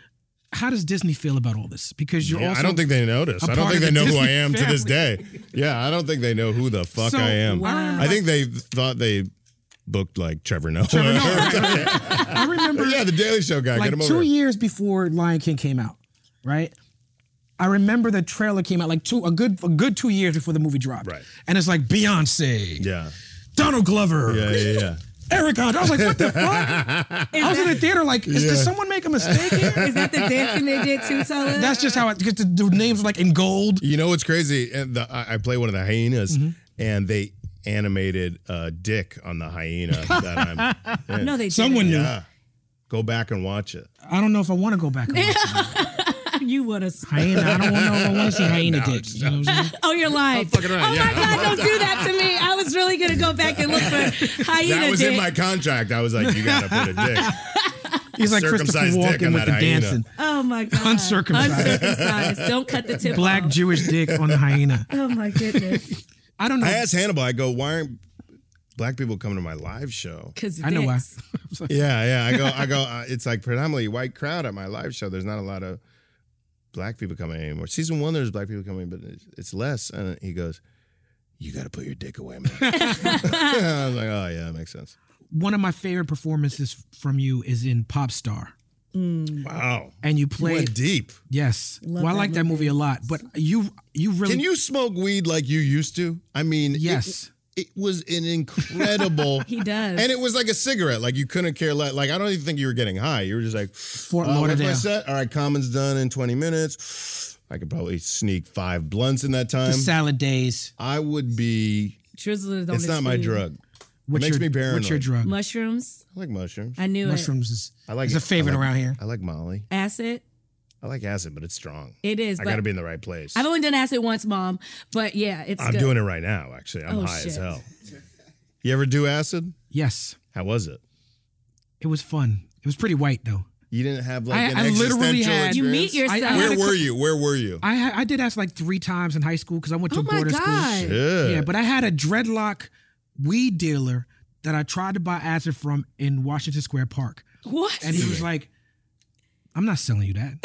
S1: How does Disney feel about all this? Because you're
S4: Yeah,
S1: also
S4: I don't think they notice.
S1: a
S4: I don't
S1: part
S4: think
S1: of
S4: they
S1: the
S4: know who I
S1: Disney
S4: am to this
S1: family.
S4: day. Yeah, I don't think they know who the fuck
S1: So,
S4: I am.
S1: wow.
S4: I think they thought they booked like Trevor Noah. *laughs*
S1: I remember
S4: yeah, the Daily Show guy. get
S1: like
S4: him
S1: two
S4: over. here.
S1: years before Lion King came out, right? I remember the trailer came out like two a good a good two years before the movie dropped.
S4: Right.
S1: And it's like Beyonce,
S4: Yeah.
S1: Donald Glover,
S4: Yeah, yeah, yeah.
S1: Eric Andre. I was like, what the fuck?
S4: *laughs*
S1: I was in the theater like, is, did
S4: Yeah.
S1: someone make a mistake here?
S3: Is that the dancing they did too, Tyler?
S1: That's just how it because the, the names were like in gold.
S4: You know what's crazy? And the, I, I play one of the hyenas, and they animated a dick on the hyena that I'm.
S3: no, they didn't.
S1: Someone knew.
S4: Yeah. Go back and watch it.
S1: I don't know if I want to go back. and watch
S4: *laughs*
S1: it.
S3: you would have.
S1: hyena. I don't want to know if I want to see hyena dicks. You know what I'm saying?
S3: Oh, you're lying.
S4: fucking right,
S3: Oh
S4: yeah.
S3: my God, don't do that to me. I was really gonna go back and look for hyena
S4: That was
S3: dick.
S4: in my contract. I was like, you gotta put a dick.
S1: He's like Christopher
S4: Circumcised dick on
S1: Walken with
S4: that
S1: the
S4: hyena.
S1: dancing.
S3: oh my God.
S1: Uncircumcised.
S3: Uncircumcised. Don't cut the tip.
S1: Black
S3: off.
S1: Jewish dick on the hyena.
S3: Oh my goodness.
S1: I don't know.
S4: I asked Hannibal, I go, why aren't black people coming to my live show?
S3: Because
S1: I know why.
S4: Yeah, yeah. I go, I go. Uh, it's like predominantly white crowd at my live show. There's not a lot of black people coming anymore. Season one, there's black people coming, but it's- it's less. And he goes, "You got to put your dick away, man." *laughs* I was like, "Oh yeah, that makes sense."
S1: One of my favorite performances from you is in Pop Star.
S4: Wow,
S1: And you
S4: you
S1: played
S4: went deep.
S1: Yes.
S3: Love
S1: well, I
S3: that
S1: like that
S3: movie.
S1: movie a lot, but you you really
S4: Can you smoke weed like you used to? I mean, it-
S1: Yes.
S4: It, was an incredible.
S3: He does.
S4: And it was like a cigarette. Like you couldn't care less. Like I don't even think you were getting high. You were just like Fort
S1: Lauderdale.
S4: Uh, set? All right, Common's done in 20 minutes. I could probably sneak five blunts in that
S1: the
S4: time.
S1: salad days.
S4: I would be.
S3: Drizzlers on
S4: It's
S3: his
S4: not my
S3: food.
S4: drug.
S1: What's
S4: makes
S1: your,
S4: me
S1: What's your
S4: paranoid.
S1: drug?
S3: Mushrooms.
S4: I like mushrooms.
S3: I knew
S1: Mushrooms is
S4: I like
S1: is a
S4: it. I
S1: favorite
S4: like-
S1: around here.
S4: I like Molly.
S3: it. Acid.
S4: I like acid, but it's strong.
S3: It is.
S4: I
S3: but
S4: got to be in the right place.
S3: I've only done acid once, Mom. But yeah, it's.
S4: I'm
S3: good.
S4: doing it right now. Actually, I'm
S3: Oh,
S4: high as
S3: shit.
S4: hell. You ever do acid?
S1: Yes.
S4: How was it?
S1: It was fun. It was pretty white though.
S4: You didn't have like
S1: I-
S4: an
S1: I
S4: existential
S1: literally had-
S4: experience.
S3: You meet your-
S1: I, I had
S4: Where
S1: a
S4: were you? Where were you?
S1: I ha- I did ask like three times in high school because I went to
S3: Oh
S1: a
S3: my
S1: border
S3: God.
S1: school.
S4: yeah.
S1: Yeah, but I had a dreadlock weed dealer that I tried to buy acid from in Washington Square Park,
S3: *laughs* What?
S1: and he was like, "I'm not selling you that.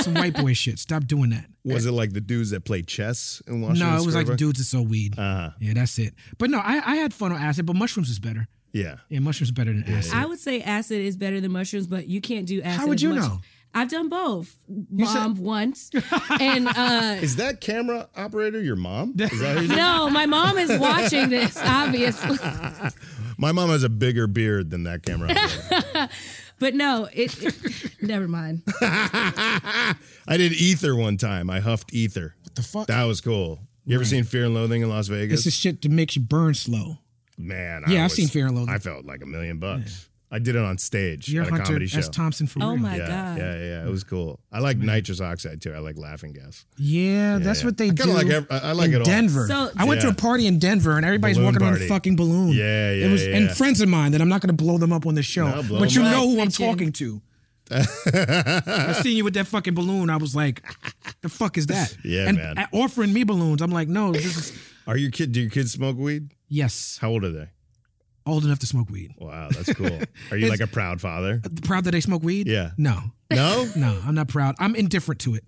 S1: Some white
S4: *laughs*
S1: boy shit. Stop doing that."
S4: was it like the dudes that play chess in Washington?
S1: No, it was
S4: Square
S1: like
S4: Park?
S1: dudes that sell weed.
S4: Uh-huh.
S1: Yeah, that's it. But no, I, I had fun on acid, but mushrooms is better.
S4: Yeah.
S1: Yeah, mushrooms are better than acid.
S3: I would say acid is better than mushrooms, but you can't do acid.
S1: would
S3: as
S1: you
S3: much.
S1: know?
S3: I've done both. Mom
S1: *laughs*
S3: once, and uh,
S4: Is that camera operator your mom? Is that
S1: *laughs*
S4: who you-
S3: no, my mom is watching this, obviously.
S4: My mom has a bigger beard than
S1: *laughs*
S4: that camera operator.
S3: But no, it. it- never mind.
S4: I did ether one time. I huffed ether. What
S1: the fuck?
S4: That was cool. You ever seen Fear and Loathing in Las
S1: It's
S4: Vegas?
S1: the shit that makes you burn slow.
S4: Man,
S1: Yeah,
S4: I
S1: I've
S4: was-
S1: seen Fear and Loathing.
S4: I felt like a million bucks. I did it on stage
S1: You're
S4: at a
S1: Hunter
S4: comedy show.
S1: S. Thompson for
S3: Oh
S1: real.
S3: my
S4: yeah,
S3: god.
S4: yeah, yeah, it was cool. I like nitrous oxide too. I like laughing gas. *laughs*
S1: Yeah, that's
S4: yeah.
S1: what
S4: I
S1: they
S4: kinda
S1: do.
S4: like ev- I- I like
S1: in
S4: it all.
S1: Denver.
S3: So-
S1: I went to
S4: Yeah.
S1: a party in Denver and everybody's
S4: Balloon
S1: walking on
S4: party.
S1: a fucking balloon.
S4: Yeah, yeah,
S1: It was
S4: yeah.
S1: and friends of mine that I'm not going to blow them up on the show,
S4: No, blow
S1: but you
S4: them up.
S1: know who I'm
S3: Snitching.
S1: talking to. I seen you with that fucking balloon. I was like, the fuck is that?
S4: *laughs* Yeah,
S1: and
S4: man.
S1: uh, offering me balloons. I'm like, no, this is
S4: Are your kid? Do your kids smoke weed?
S1: yes,
S4: How old are they?
S1: old enough to smoke weed.
S4: Wow, that's cool.
S1: *laughs*
S4: Are you like a proud father?
S1: Proud that they smoke weed?
S4: Yeah.
S1: No,
S4: No,
S1: no, I'm not proud. I'm indifferent to it.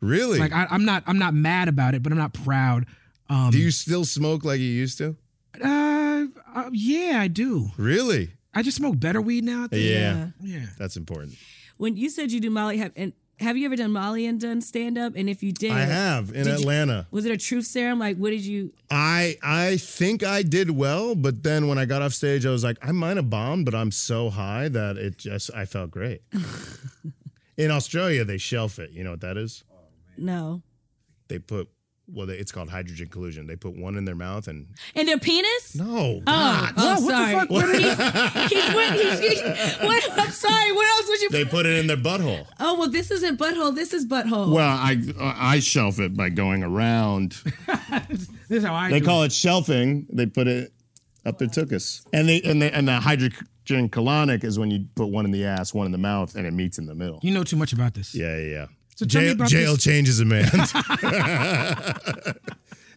S4: really.
S1: Like I, I'm not, I'm not mad about it, but I'm not proud. Um,
S4: do you still smoke like you used to?
S1: uh, uh, yeah, I do.
S4: Really?
S1: I just smoke better weed now. I
S4: Yeah,
S1: think. yeah.
S4: that's important.
S3: When you said you do Molly, have and have you ever done Molly and done stand up? And if you did,
S4: I have in
S3: Did you-
S4: Atlanta.
S3: Was it a truth serum? Like, what did you?
S4: I I think I did well, but then when I got off stage, I was like, I might have bombed, but I'm so high that it just I felt great. in Australia, they shelf it. You know what that is?
S3: No.
S4: They put well, they, it's called hydrogen collusion. They put one in their mouth and
S3: And their penis?
S4: no,
S3: Oh,
S4: God.
S1: What
S3: oh,
S1: the
S3: sorry.
S1: fuck?
S3: *laughs* He's- he's- what, he's- he's- what- I'm sorry. What else would you?
S4: they put it in their butthole.
S3: oh well, this isn't butthole. This is butthole.
S4: Well, I I shelf it by going around.
S1: This is how I
S4: They
S1: do
S4: call it shelving. They put it up their tuchus. And they and they and the hydrogen colonic is when you put one in the ass, one in the mouth, and it meets in the middle.
S1: You know too much about this.
S4: Yeah, yeah, yeah.
S1: So tell me about this-
S4: changes a
S1: *laughs*
S4: man. *laughs*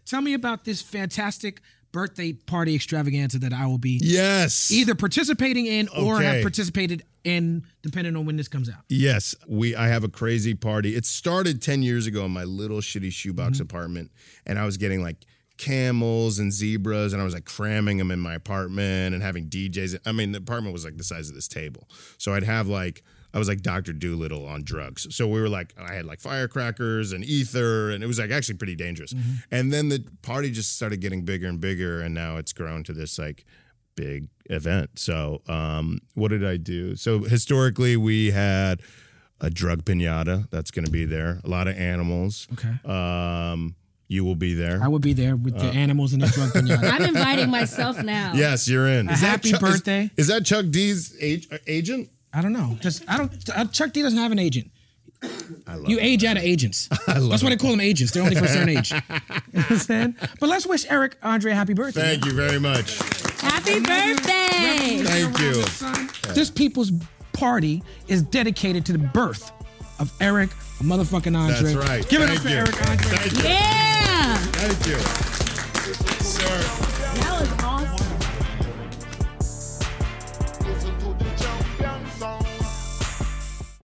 S1: Tell me about this fantastic birthday party extravaganza that I will be
S4: yes.
S1: either participating in or have
S4: Okay.
S1: participated in, depending on when this comes out.
S4: Yes, we. I have a crazy party. It started ten years ago in my little shitty shoebox
S1: Mm-hmm.
S4: apartment, and I was getting like camels and zebras, and I was like cramming them in my apartment and having DJs. I mean, the apartment was like the size of this table, so I'd have like I was like Doctor Doolittle on drugs. So we were like, I had like firecrackers and ether, and it was like actually pretty dangerous.
S1: Mm-hmm.
S4: And then the party just started getting bigger and bigger, and now it's grown to this like big event. So, um, what did I do? So, historically, we had a drug pinata that's going to be there, a lot of animals.
S1: Okay.
S4: Um, you will be there.
S1: I will be there with
S4: Uh.
S1: the animals and the drug
S4: *laughs*
S1: pinata.
S3: I'm inviting
S1: *laughs*
S3: myself now.
S4: yes, you're in. Is that
S1: happy
S4: Chuck- is-
S1: birthday.
S4: Is, that Chuck D's age, uh, agent?
S1: I don't know. Just I don't. uh, Chuck D doesn't have an agent. you age out of
S4: *laughs*
S1: agents. That's why they call them agents. They're only for a certain age. You understand? But let's wish Eric Andre a happy birthday.
S4: Thank you very much.
S3: Happy birthday.
S4: Thank you.
S1: This people's party is dedicated to the birth of Eric motherfucking Andre.
S4: That's right.
S1: Give it
S4: Thank
S1: up for
S4: you.
S1: Eric Andre.
S4: Thank you.
S3: Yeah.
S4: Thank you. Sir.
S3: That was